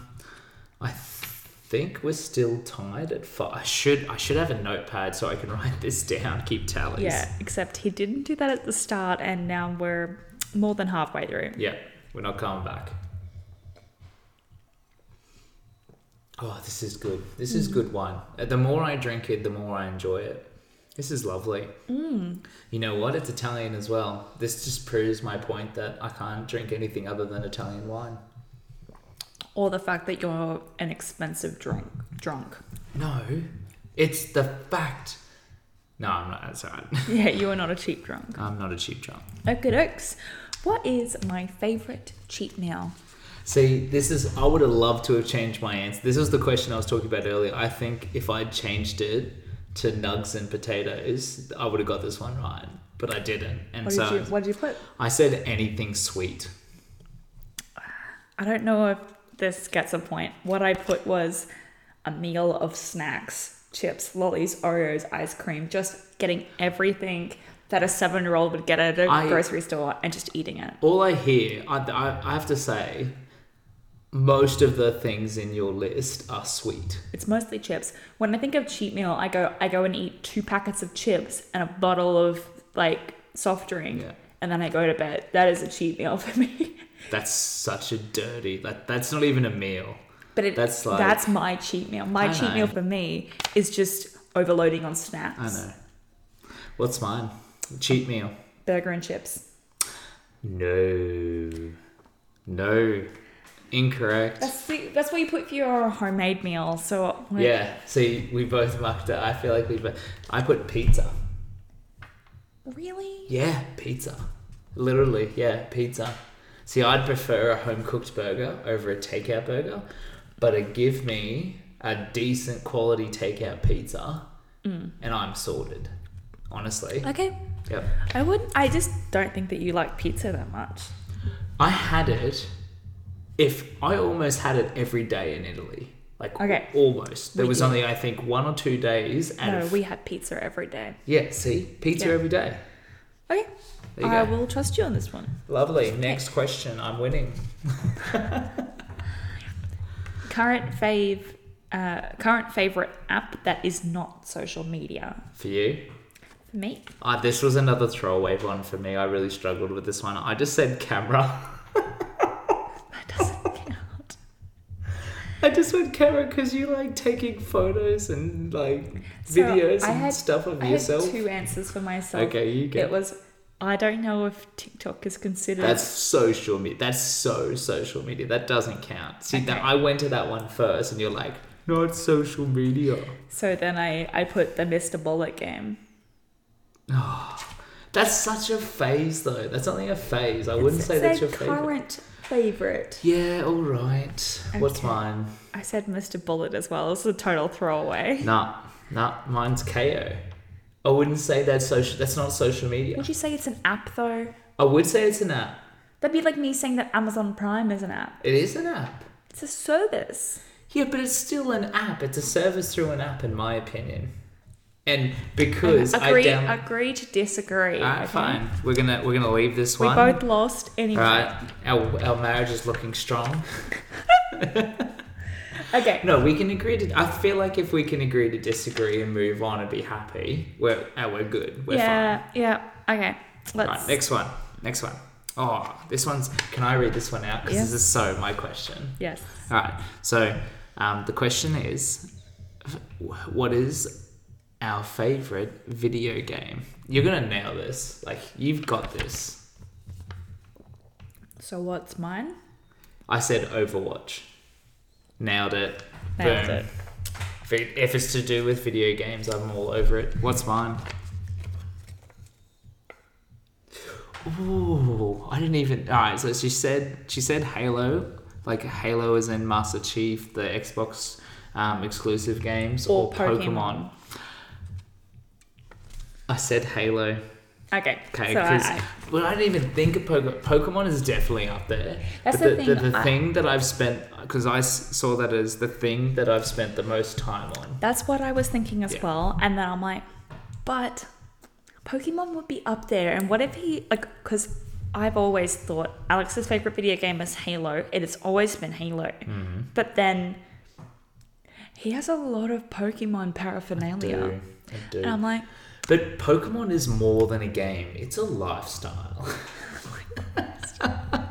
Speaker 2: I th- think we're still tied at five. I should. I should have a notepad so I can write this down. Keep tallies.
Speaker 1: Yeah, except he didn't do that at the start, and now we're more than halfway through.
Speaker 2: Yeah, we're not coming back. Oh, this is good. This is good wine. Uh, The more I drink it, the more I enjoy it. This is lovely. You know what? It's Italian as well. This just proves my point that I can't drink anything other than Italian wine.
Speaker 1: Or the fact that you're an expensive drunk. Drunk.
Speaker 2: No, it's the fact. No, I'm not. That's all right.
Speaker 1: yeah, you are not a cheap drunk.
Speaker 2: I'm not a cheap drunk.
Speaker 1: Okay, dokes. What is my favorite cheat meal?
Speaker 2: See, this is. I would have loved to have changed my answer. This was the question I was talking about earlier. I think if I'd changed it to nugs and potatoes, I would have got this one right. But I didn't, and
Speaker 1: What did
Speaker 2: so
Speaker 1: you What did you put?
Speaker 2: I said anything sweet.
Speaker 1: I don't know if this gets a point. What I put was a meal of snacks, chips, lollies, Oreos, ice cream, just getting everything that a seven-year-old would get at a
Speaker 2: I-
Speaker 1: grocery store and just eating it.
Speaker 2: All I hear, I, I, I have to say, most of the things in your list are sweet.
Speaker 1: It's mostly chips. When I think of cheat meal, I go I go and eat two packets of chips and a bottle of like soft drink,
Speaker 2: Yeah.
Speaker 1: and then I go to bed. That is a cheat meal for me.
Speaker 2: That's such a dirty. That that's not even a meal.
Speaker 1: but it,
Speaker 2: That's
Speaker 1: that's
Speaker 2: like-
Speaker 1: that's my cheat meal. My
Speaker 2: I
Speaker 1: cheat
Speaker 2: know.
Speaker 1: meal for me is just overloading on snacks.
Speaker 2: I know. What's mine? Cheat meal.
Speaker 1: Burger and chips.
Speaker 2: No. No. Incorrect.
Speaker 1: That's the, that's what you put for your homemade meal. So like,
Speaker 2: yeah. See, we both mucked it. I feel like we both. I put pizza.
Speaker 1: really,
Speaker 2: Yeah, pizza. Literally, yeah, pizza. See, I'd prefer a home cooked burger over a takeout burger, but a give me a decent quality takeout pizza, and I'm sorted. Honestly.
Speaker 1: okay.
Speaker 2: Yep.
Speaker 1: I would. I just don't think that you like pizza that much.
Speaker 2: I had it. If I almost had it every day in Italy, like
Speaker 1: Okay.
Speaker 2: almost. There
Speaker 1: We
Speaker 2: was
Speaker 1: did.
Speaker 2: only I think one or two days out
Speaker 1: No,
Speaker 2: of
Speaker 1: we had pizza every day.
Speaker 2: yeah. See, pizza
Speaker 1: Yeah.
Speaker 2: every day.
Speaker 1: Okay,
Speaker 2: There you
Speaker 1: I
Speaker 2: go.
Speaker 1: will trust you on this one.
Speaker 2: Lovely. Next question. I'm winning.
Speaker 1: current fave uh, current favorite app that is not social media
Speaker 2: For you,
Speaker 1: for me
Speaker 2: Ah, this was another throwaway one for me. I really struggled with this one. I just said camera.
Speaker 1: that doesn't count
Speaker 2: I just went camera because you like taking photos and like
Speaker 1: So,
Speaker 2: videos
Speaker 1: I
Speaker 2: and
Speaker 1: had-
Speaker 2: stuff of
Speaker 1: i
Speaker 2: yourself.
Speaker 1: had two answers for myself
Speaker 2: okay, you go.
Speaker 1: it was i don't know if tiktok is considered
Speaker 2: That's social media. That's so social media. That doesn't count. See, that
Speaker 1: Okay.
Speaker 2: I went to that one first, and you're like, not social media.
Speaker 1: so then i i put the mr bullet game
Speaker 2: That's such a phase, though. That's only a phase. I wouldn't
Speaker 1: It's
Speaker 2: say that's
Speaker 1: a
Speaker 2: your favorite.
Speaker 1: current favorite
Speaker 2: Yeah, all right. What's
Speaker 1: Okay.
Speaker 2: mine?
Speaker 1: i said mr bullet as well it's a total throwaway
Speaker 2: Nah, nah. Mine's KO. I wouldn't say that's social. That's not social media.
Speaker 1: would you say it's an app though
Speaker 2: I would say it's an app.
Speaker 1: that'd be like me saying that amazon prime is an app
Speaker 2: It is an app.
Speaker 1: it's a service
Speaker 2: Yeah, but it's still an app. It's a service through an app, in my opinion. And because
Speaker 1: agree
Speaker 2: I down.
Speaker 1: agree to disagree
Speaker 2: All right,
Speaker 1: okay?
Speaker 2: fine. We're gonna we're gonna leave this
Speaker 1: We
Speaker 2: one.
Speaker 1: both lost anyway.
Speaker 2: All right, our our marriage is looking strong.
Speaker 1: Okay.
Speaker 2: No, we can agree to. I feel like if we can agree to disagree and move on and be happy, we're uh, we're good. We're
Speaker 1: yeah.
Speaker 2: fine.
Speaker 1: Yeah. Okay.
Speaker 2: All
Speaker 1: Let's.
Speaker 2: right, next one. Next one. Oh, this one's. Can I read this one out? Because this
Speaker 1: Yeah.
Speaker 2: is so my question.
Speaker 1: Yes.
Speaker 2: All right. So um, the question is, wh- what is our favorite video game? You're gonna nail this. Like you've got this.
Speaker 1: So what's mine?
Speaker 2: I said Overwatch. Nailed it.
Speaker 1: Nailed
Speaker 2: Boom.
Speaker 1: it.
Speaker 2: If, it, if it's to do with video games, I'm all over it. What's mine? Ooh, I didn't even. All right, so she said she said Halo, like Halo is in Master Chief, the Xbox um, exclusive games,
Speaker 1: Or
Speaker 2: or, Pokemon. I said Halo.
Speaker 1: Okay.
Speaker 2: Okay,
Speaker 1: so I,
Speaker 2: because
Speaker 1: I,
Speaker 2: well, I didn't even think of Pokemon. Pokemon is definitely up there.
Speaker 1: That's
Speaker 2: but
Speaker 1: the
Speaker 2: The,
Speaker 1: thing, I-
Speaker 2: thing that I've spent because I s- saw that as the thing that I've spent the most time on.
Speaker 1: that's what I was thinking as
Speaker 2: Yeah.
Speaker 1: well. And then I'm like, but Pokemon would be up there. And what if he, like, because I've always thought Alex's favorite video game is Halo. It has always been Halo.
Speaker 2: Mm-hmm.
Speaker 1: But then he has a lot of Pokemon paraphernalia.
Speaker 2: Do, I do.
Speaker 1: And I'm like,
Speaker 2: but Pokemon is more than a game; it's a lifestyle.
Speaker 1: I,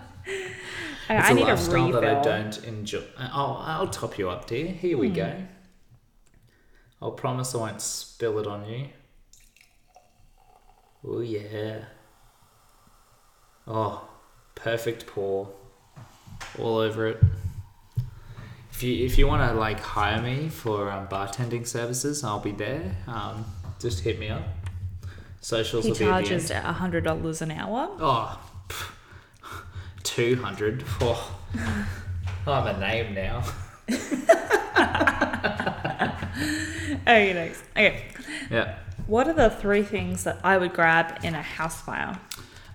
Speaker 2: It's
Speaker 1: I
Speaker 2: a
Speaker 1: need a
Speaker 2: lifestyle
Speaker 1: refill. Hmm.
Speaker 2: that I don't enjoy. I'll, I'll top you up, dear. Here we go. I'll promise I won't spill it on you. Oh, yeah. Oh, perfect pour. All over it. If you, if you want to like hire me for um, bartending services, I'll be there. Um, just hit me up. Socials
Speaker 1: He
Speaker 2: will be at the end.
Speaker 1: charges hundred dollars an hour.
Speaker 2: Oh, two hundred. Oh, I'm a name now.
Speaker 1: Okay, next. Oh, Okay,
Speaker 2: Yeah.
Speaker 1: what are the three things that I would grab in a house fire?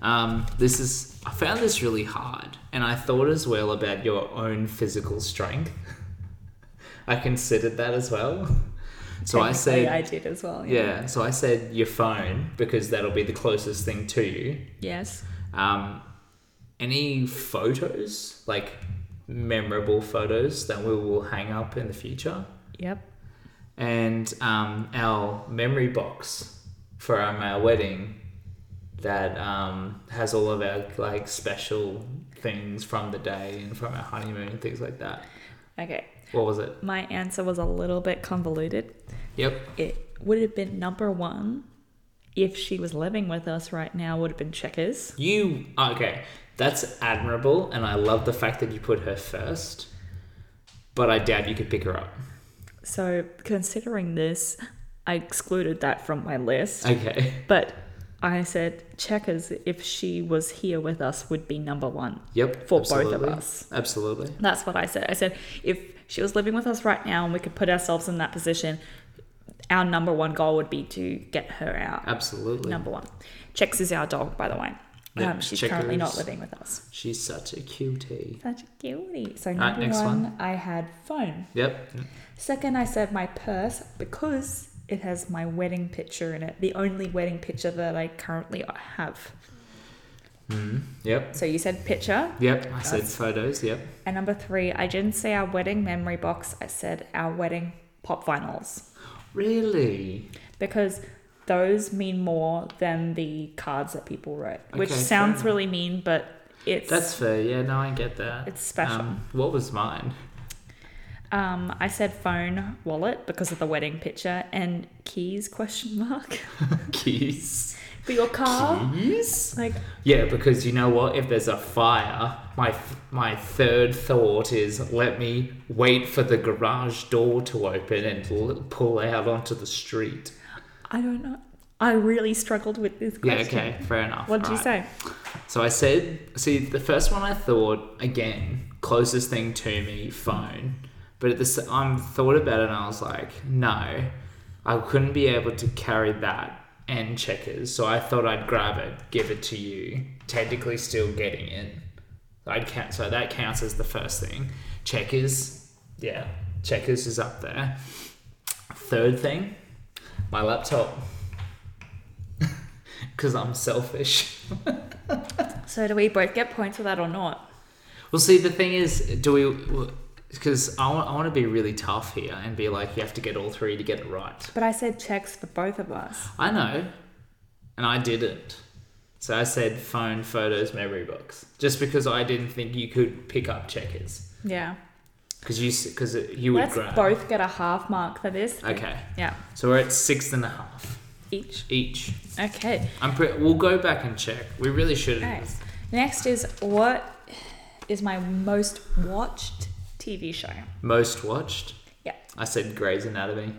Speaker 2: Um, this is. I found this really hard, and I thought as well about your own physical strength. I considered that as well. So I
Speaker 1: Technically,
Speaker 2: said,
Speaker 1: I did as well.
Speaker 2: yeah. So I said your phone because that'll be the closest thing to you.
Speaker 1: Yes.
Speaker 2: Um, any photos, like memorable photos that we will hang up in the future.
Speaker 1: Yep.
Speaker 2: and um, our memory box for um, our wedding that um, has all of our like special things from the day and from our honeymoon and things like that.
Speaker 1: Okay.
Speaker 2: What was it?
Speaker 1: My answer was a little bit convoluted.
Speaker 2: Yep.
Speaker 1: It would have been number one if she was living with us right now. Would have been checkers.
Speaker 2: You oh, okay? That's admirable, and I love the fact that you put her first. But I doubt you could pick her up.
Speaker 1: So considering this, I excluded that from my list.
Speaker 2: Okay.
Speaker 1: but I said checkers if she was here with us would be number one.
Speaker 2: Yep.
Speaker 1: For both of us.
Speaker 2: Absolutely.
Speaker 1: That's what I said. I said if she was living with us right now and we could put ourselves in that position, our number one goal would be to get her out.
Speaker 2: Absolutely.
Speaker 1: Number one. Chex is our dog, by the way.
Speaker 2: Yeah,
Speaker 1: Um, she's currently
Speaker 2: Checkers.
Speaker 1: not living with us.
Speaker 2: She's such a cutie.
Speaker 1: Such a cutie. So
Speaker 2: right,
Speaker 1: number
Speaker 2: Uh, next
Speaker 1: one,
Speaker 2: one.
Speaker 1: I had phone.
Speaker 2: Yep.
Speaker 1: Second, I said my purse because it has my wedding picture in it, the only wedding picture that I currently have.
Speaker 2: Mm-hmm. Yep.
Speaker 1: So you said picture,
Speaker 2: Yep. I said photos. Yep.
Speaker 1: and number three, I didn't say our wedding memory box. I said our wedding pop vinyls.
Speaker 2: Really?
Speaker 1: because those mean more than the cards that people wrote, which
Speaker 2: Okay, fair
Speaker 1: sounds
Speaker 2: enough.
Speaker 1: really mean, but it's.
Speaker 2: That's fair. Yeah, no, I get that.
Speaker 1: It's special.
Speaker 2: Um, what was mine?
Speaker 1: um, I said phone, wallet because of the wedding picture, and keys question mark
Speaker 2: Keys.
Speaker 1: for your car.
Speaker 2: Keys.
Speaker 1: Like
Speaker 2: Yeah, because you know what? If there's a fire, my my third thought is let me wait for the garage door to open and l- pull out onto the street.
Speaker 1: I don't know. I really struggled with this
Speaker 2: Yeah,
Speaker 1: question.
Speaker 2: okay, fair enough.
Speaker 1: What did you
Speaker 2: Alright.
Speaker 1: say?
Speaker 2: So I said, see, the first one I thought again, closest thing to me, phone. But at this, I thought about it and I was like, no, I couldn't be able to carry that and checkers. So I thought I'd grab it, give it to you. Technically, still getting it. I'd count, so that counts as the first thing. Checkers, yeah, checkers is up there. Third thing, my laptop, because I'm selfish.
Speaker 1: So do we both get points for that or not?
Speaker 2: Well, see, the thing is, do we? Because I want, I want to be really tough here and be like, you have to get all three to get it right.
Speaker 1: But I said checks for both of us.
Speaker 2: I know, and I didn't. So I said phone, photos, memory box, just because I didn't think you could pick up checkers
Speaker 1: Yeah.
Speaker 2: because you because you would
Speaker 1: Let's
Speaker 2: grab.
Speaker 1: both get a half mark for this.
Speaker 2: Okay,
Speaker 1: Yeah.
Speaker 2: so we're at six and a half
Speaker 1: Each.
Speaker 2: each.
Speaker 1: Okay.
Speaker 2: I'm pre- We'll go back and check. We really should.
Speaker 1: Okay.
Speaker 2: have
Speaker 1: Next is what is my most watched TV show?
Speaker 2: Most watched. I said Grey's Anatomy.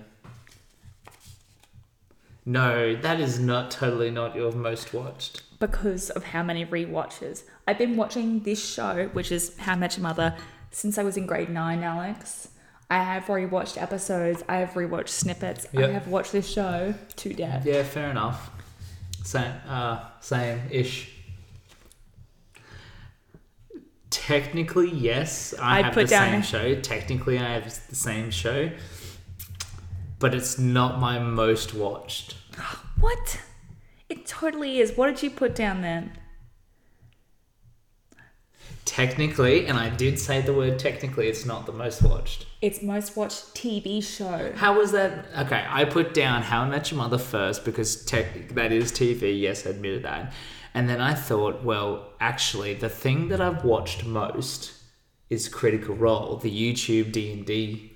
Speaker 2: No, that is not totally not your most watched.
Speaker 1: because of how many rewatches. I've been watching this show, which is How I Met Your Mother, since I was in grade nine, Alex. I have rewatched episodes, I have rewatched snippets,
Speaker 2: Yep.
Speaker 1: I have watched this show to death.
Speaker 2: Yeah, fair enough. Same, uh, same ish. Technically, yes, I
Speaker 1: I'd
Speaker 2: have
Speaker 1: put
Speaker 2: the
Speaker 1: down-
Speaker 2: same show. Technically, I have the same show, but it's not my most watched. Mm-hmm.
Speaker 1: What? It totally is. What did you put down then?
Speaker 2: Technically, and I did say the word technically, it's not the most watched.
Speaker 1: It's most watched TV show.
Speaker 2: How was that? Okay, I put down How I Met Your Mother first because tech, that is TV. Yes, I admitted that. And then I thought, well, actually, the thing that I've watched most is Critical Role, the YouTube D and D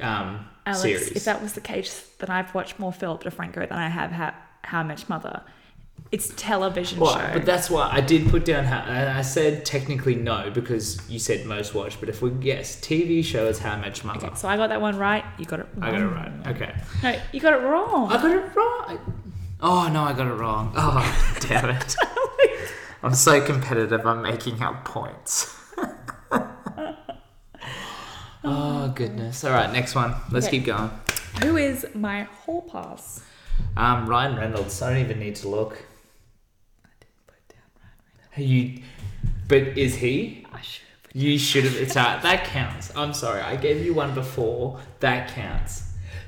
Speaker 2: um,
Speaker 1: Alex,
Speaker 2: series.
Speaker 1: if that was the case, then I've watched more Philip DeFranco than I have How, how Much Mother. It's a television
Speaker 2: Well,
Speaker 1: show.
Speaker 2: But that's why I did put down how, and I said technically no because you said most watched. But if we yes, TV show is How I Met Your Mother.
Speaker 1: okay, so I got that one right. You got it wrong.
Speaker 2: I got it right. Okay.
Speaker 1: No, you got it wrong.
Speaker 2: I got it wrong. Oh no, I got it wrong. Oh damn it! I'm so competitive. I'm making up points. oh goodness! All right, next one. Let's
Speaker 1: Okay.
Speaker 2: keep going.
Speaker 1: Who is my hall pass?
Speaker 2: Um, Ryan Reynolds. I don't even need to look. You, but is he?
Speaker 1: I should have put
Speaker 2: You should have. It's uh, that counts. I'm sorry. I gave you one before. That counts.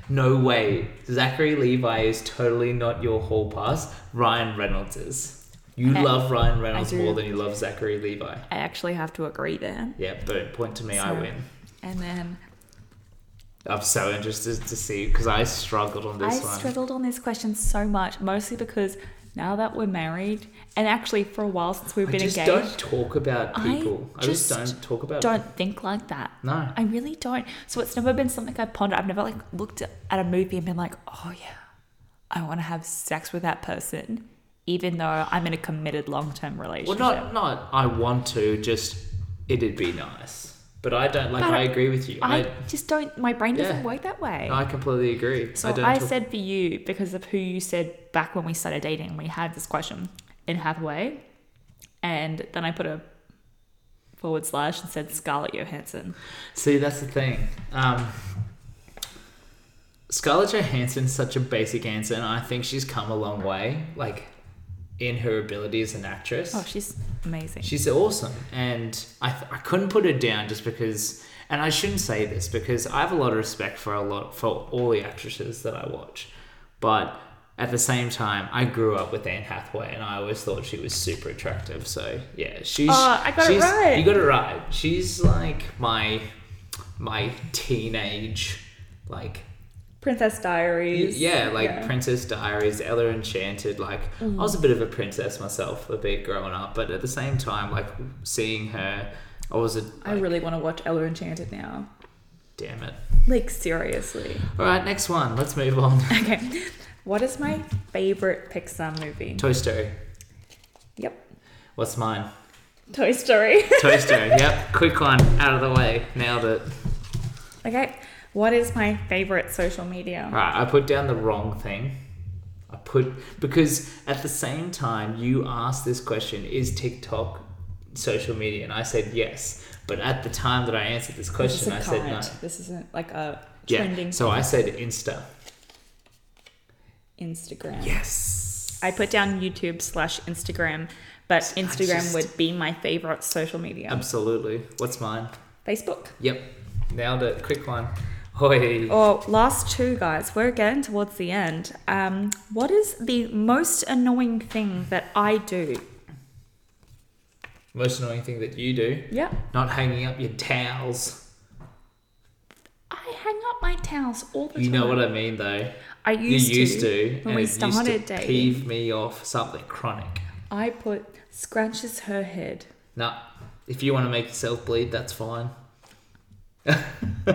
Speaker 2: No way. Zachary Levi is totally not your hall pass. Ryan Reynolds is. You
Speaker 1: Okay.
Speaker 2: love Ryan Reynolds
Speaker 1: do.
Speaker 2: more than you love Zachary Levi.
Speaker 1: I actually have to agree there.
Speaker 2: Yeah, boom. Point to me. I
Speaker 1: Sorry.
Speaker 2: win.
Speaker 1: And then
Speaker 2: I'm so interested to see because I struggled on this
Speaker 1: I
Speaker 2: one.
Speaker 1: struggled on this question so much, mostly because now that we're married, and actually for a while since we've
Speaker 2: I
Speaker 1: been
Speaker 2: just
Speaker 1: engaged,
Speaker 2: don't talk about
Speaker 1: I
Speaker 2: people. I just,
Speaker 1: just
Speaker 2: don't talk about.
Speaker 1: don't think like that.
Speaker 2: No.
Speaker 1: I really don't. So it's never been something I pondered. I've never like looked at a movie and been like, oh yeah, I want to have sex with that person, even though I'm in a committed long term
Speaker 2: Well,
Speaker 1: relationship.
Speaker 2: not not. I want to. Just it'd be nice. But I don't like.
Speaker 1: But
Speaker 2: I agree with you.
Speaker 1: I
Speaker 2: I
Speaker 1: just don't. My brain doesn't
Speaker 2: Yeah.
Speaker 1: work that way.
Speaker 2: I completely agree.
Speaker 1: So
Speaker 2: I don't
Speaker 1: I,
Speaker 2: talk-
Speaker 1: said for you because of who you said back when we started dating. We had this question in Hathaway, and then I put a forward slash and said Scarlett Johansson.
Speaker 2: See, that's the thing. Um, Scarlett Johansson's such a basic answer, and I think she's come a long way, like in her ability as an actress.
Speaker 1: Oh, she's amazing.
Speaker 2: She's awesome, and I, th- I couldn't put her down just because. And I shouldn't say this because I have a lot of respect for a lot for all the actresses that I watch, but at the same time, I grew up with Anne Hathaway, and I always thought she was super attractive. So yeah, she's.
Speaker 1: Oh, I got it
Speaker 2: she's-
Speaker 1: right.
Speaker 2: You got it right. She's like my my teenage like
Speaker 1: Princess Diaries.
Speaker 2: yeah, like Princess Diaries, Ella Enchanted. Like I was a
Speaker 1: Mm.
Speaker 2: bit of a princess myself a bit growing up, but at the same time, like seeing her, I was a
Speaker 1: I really want to watch Ella Enchanted now.
Speaker 2: damn it.
Speaker 1: Like seriously.
Speaker 2: All right, next one. Let's move on.
Speaker 1: Okay. What is my favorite Pixar movie?
Speaker 2: Toy Story.
Speaker 1: Yep.
Speaker 2: What's mine?
Speaker 1: Toy Story.
Speaker 2: Toy Story. Yep. Quick one out of the way. Nailed it.
Speaker 1: okay. What is my favorite social media?
Speaker 2: All right, I put down the wrong thing. I put because at the same time you asked this question: Is TikTok social media? And I said yes, but at the time that I answered this
Speaker 1: This
Speaker 2: question, I
Speaker 1: isn't
Speaker 2: said no.
Speaker 1: current. This isn't like a
Speaker 2: Yeah.
Speaker 1: trending
Speaker 2: So I said Insta.
Speaker 1: Instagram.
Speaker 2: Yes.
Speaker 1: I put down YouTube slash Instagram, but Instagram
Speaker 2: just- Um,
Speaker 1: would be my favorite social media.
Speaker 2: Absolutely. What's mine?
Speaker 1: Facebook.
Speaker 2: Yep. Nailed it. Quick one. Hoi.
Speaker 1: Or last two guys, we're getting towards the end. Um, what is the most annoying thing that I do?
Speaker 2: Most annoying thing that you do:
Speaker 1: Yeah,
Speaker 2: not hanging up your towels.
Speaker 1: I hang up my towels all the
Speaker 2: You
Speaker 1: time.
Speaker 2: know what I mean, though.
Speaker 1: I used
Speaker 2: you used
Speaker 1: to,
Speaker 2: to,
Speaker 1: when
Speaker 2: and
Speaker 1: we
Speaker 2: it used to
Speaker 1: started dating.
Speaker 2: peeve me off something chronic.
Speaker 1: I put scratches her head.
Speaker 2: No, if you want to make yourself bleed, that's fine.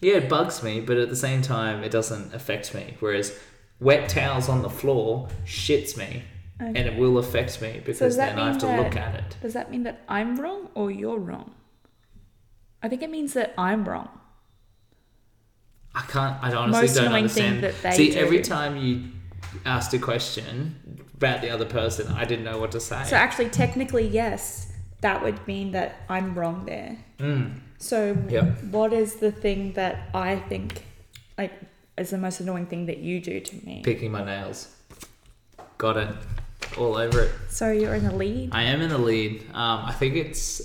Speaker 2: yeah, it bugs me, but at the same time, it doesn't affect me. Whereas wet towels on the floor shits me, and it will affect me because
Speaker 1: does that
Speaker 2: then I have to
Speaker 1: mean
Speaker 2: look
Speaker 1: that-
Speaker 2: at it.
Speaker 1: Does that mean that I'm wrong or you're wrong? I think it means that I'm wrong.
Speaker 2: I can't. I honestly
Speaker 1: Most
Speaker 2: don't
Speaker 1: annoying thing
Speaker 2: understand.
Speaker 1: that they
Speaker 2: See,
Speaker 1: do.
Speaker 2: every time you asked a question about the other person, I didn't know what to say.
Speaker 1: So actually, technically, yes, that would mean that I'm wrong there.
Speaker 2: Mm.
Speaker 1: So w-
Speaker 2: Yeah.
Speaker 1: what is the thing that I think, like, is the most annoying thing that you do to me?
Speaker 2: Picking my nails. Got it. All over it.
Speaker 1: So you're in the lead.
Speaker 2: I am in the lead. Um, I think it's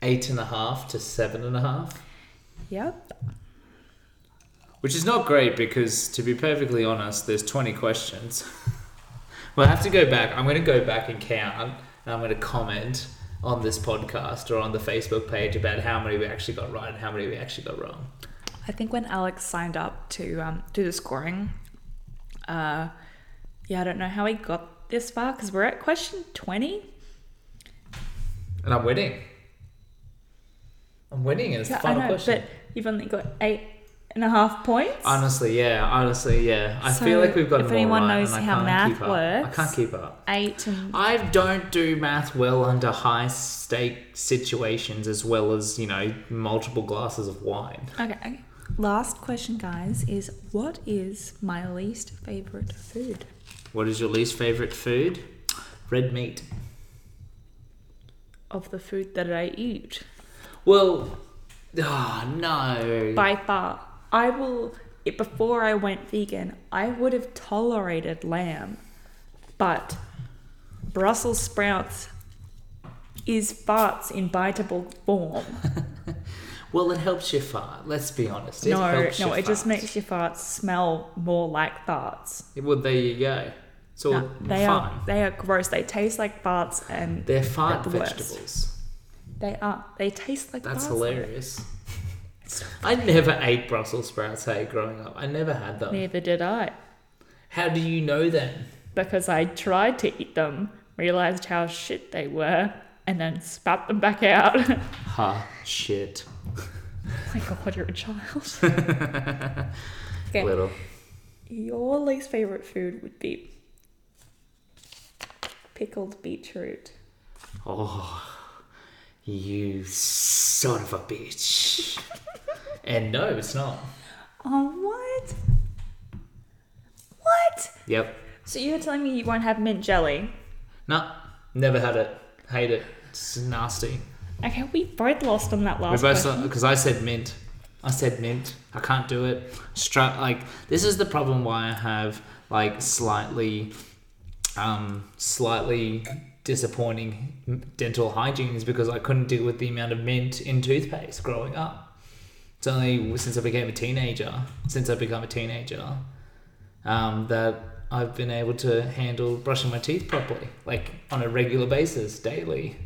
Speaker 2: eight and a half to seven and a half.
Speaker 1: Yep.
Speaker 2: Which is not great because, to be perfectly honest, there's 20 questions. we'll have to go back. I'm going to go back and count, and I'm going to comment on this podcast or on the Facebook page about how many we actually got right and how many we actually got wrong.
Speaker 1: I think when Alex signed up to um, do the scoring, uh, yeah, I don't know how he got this far because we're at question twenty.
Speaker 2: And I'm winning. I'm winning, and it's
Speaker 1: Yeah,
Speaker 2: the
Speaker 1: I
Speaker 2: final
Speaker 1: know,
Speaker 2: question.
Speaker 1: but you've only got eight and a half points.
Speaker 2: Honestly, yeah. Honestly, yeah. I feel
Speaker 1: So,
Speaker 2: like we've gotten
Speaker 1: if
Speaker 2: more
Speaker 1: anyone
Speaker 2: right,
Speaker 1: knows
Speaker 2: and I
Speaker 1: how
Speaker 2: can't
Speaker 1: math
Speaker 2: keep up.
Speaker 1: works-
Speaker 2: I can't keep up.
Speaker 1: eight and
Speaker 2: I don't do math well under high stake situations as well as, you know, multiple glasses of wine.
Speaker 1: okay. Last question, guys, is what is my least favorite food?
Speaker 2: What is your least favorite food? Red meat.
Speaker 1: of the food that I eat.
Speaker 2: Well, ah, no.
Speaker 1: By far, I will. It, before I went vegan, I would have tolerated lamb, but Brussels sprouts is farts in biteable form.
Speaker 2: Well, it helps you fart. Let's be honest. It
Speaker 1: no,
Speaker 2: helps
Speaker 1: no,
Speaker 2: you
Speaker 1: it just
Speaker 2: fart.
Speaker 1: makes your farts smell more like farts.
Speaker 2: Well, there you go. It's all
Speaker 1: No, they
Speaker 2: Oh, fine.
Speaker 1: are they are gross. They taste like farts, and
Speaker 2: They're fart
Speaker 1: They're the worst.
Speaker 2: vegetables.
Speaker 1: they are they taste like
Speaker 2: That's
Speaker 1: farts.
Speaker 2: hilarious. I never ate Brussels sprouts, hey, growing up. I never had them.
Speaker 1: Neither did I,
Speaker 2: How do you know then?
Speaker 1: because I tried to eat them, realized how shit they were, and then spat them back out.
Speaker 2: Ha, shit.
Speaker 1: my god, you're a child. okay.
Speaker 2: Little.
Speaker 1: Your least favorite food would be pickled beetroot.
Speaker 2: Oh, you son of a bitch. and no, it's not.
Speaker 1: Oh, what? What?
Speaker 2: Yep.
Speaker 1: So you're telling me you won't have mint jelly?
Speaker 2: No, never had it. Hate it. It's nasty.
Speaker 1: Okay, we both lost on that
Speaker 2: We
Speaker 1: last
Speaker 2: both
Speaker 1: question.
Speaker 2: because I said mint. I said mint. I can't do it. Stru- like this is the problem why I have like slightly, um, slightly disappointing dental hygiene is because I couldn't deal with the amount of mint in toothpaste growing up. It's only since I became a teenager, since I become a teenager, um, that I've been able to handle brushing my teeth properly, like on a regular basis, daily.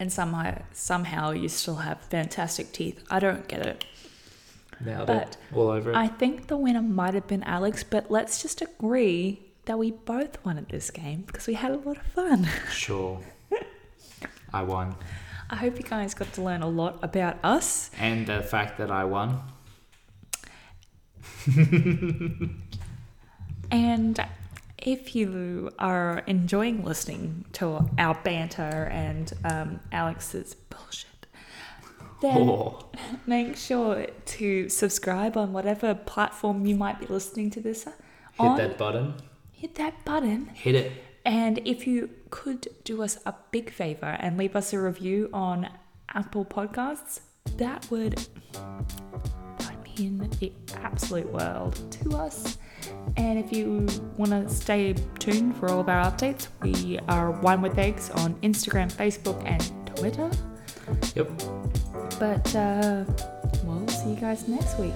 Speaker 1: And somehow, somehow you still have fantastic teeth. I don't get it.
Speaker 2: Now
Speaker 1: But
Speaker 2: that all over. it.
Speaker 1: I think the winner might have been Alex, but let's just agree that we both won at this game because we had a lot of fun.
Speaker 2: Sure. I won.
Speaker 1: I hope you guys got to learn a lot about us.
Speaker 2: And the fact that I won.
Speaker 1: And if you are enjoying listening to our banter and um, Alex's bullshit, then
Speaker 2: Oh,
Speaker 1: make sure to subscribe on whatever platform you might be listening to this
Speaker 2: hit
Speaker 1: on.
Speaker 2: that button.
Speaker 1: Hit that button.
Speaker 2: Hit it.
Speaker 1: And if you could do us a big favor and leave us a review on Apple Podcasts, that would that would mean the absolute world to us. And if you want to stay tuned for all of our updates, we are Wine with Eggs on Instagram, Facebook, and Twitter.
Speaker 2: Yep.
Speaker 1: But uh, we'll see you guys next week.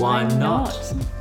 Speaker 2: Why not?
Speaker 1: not?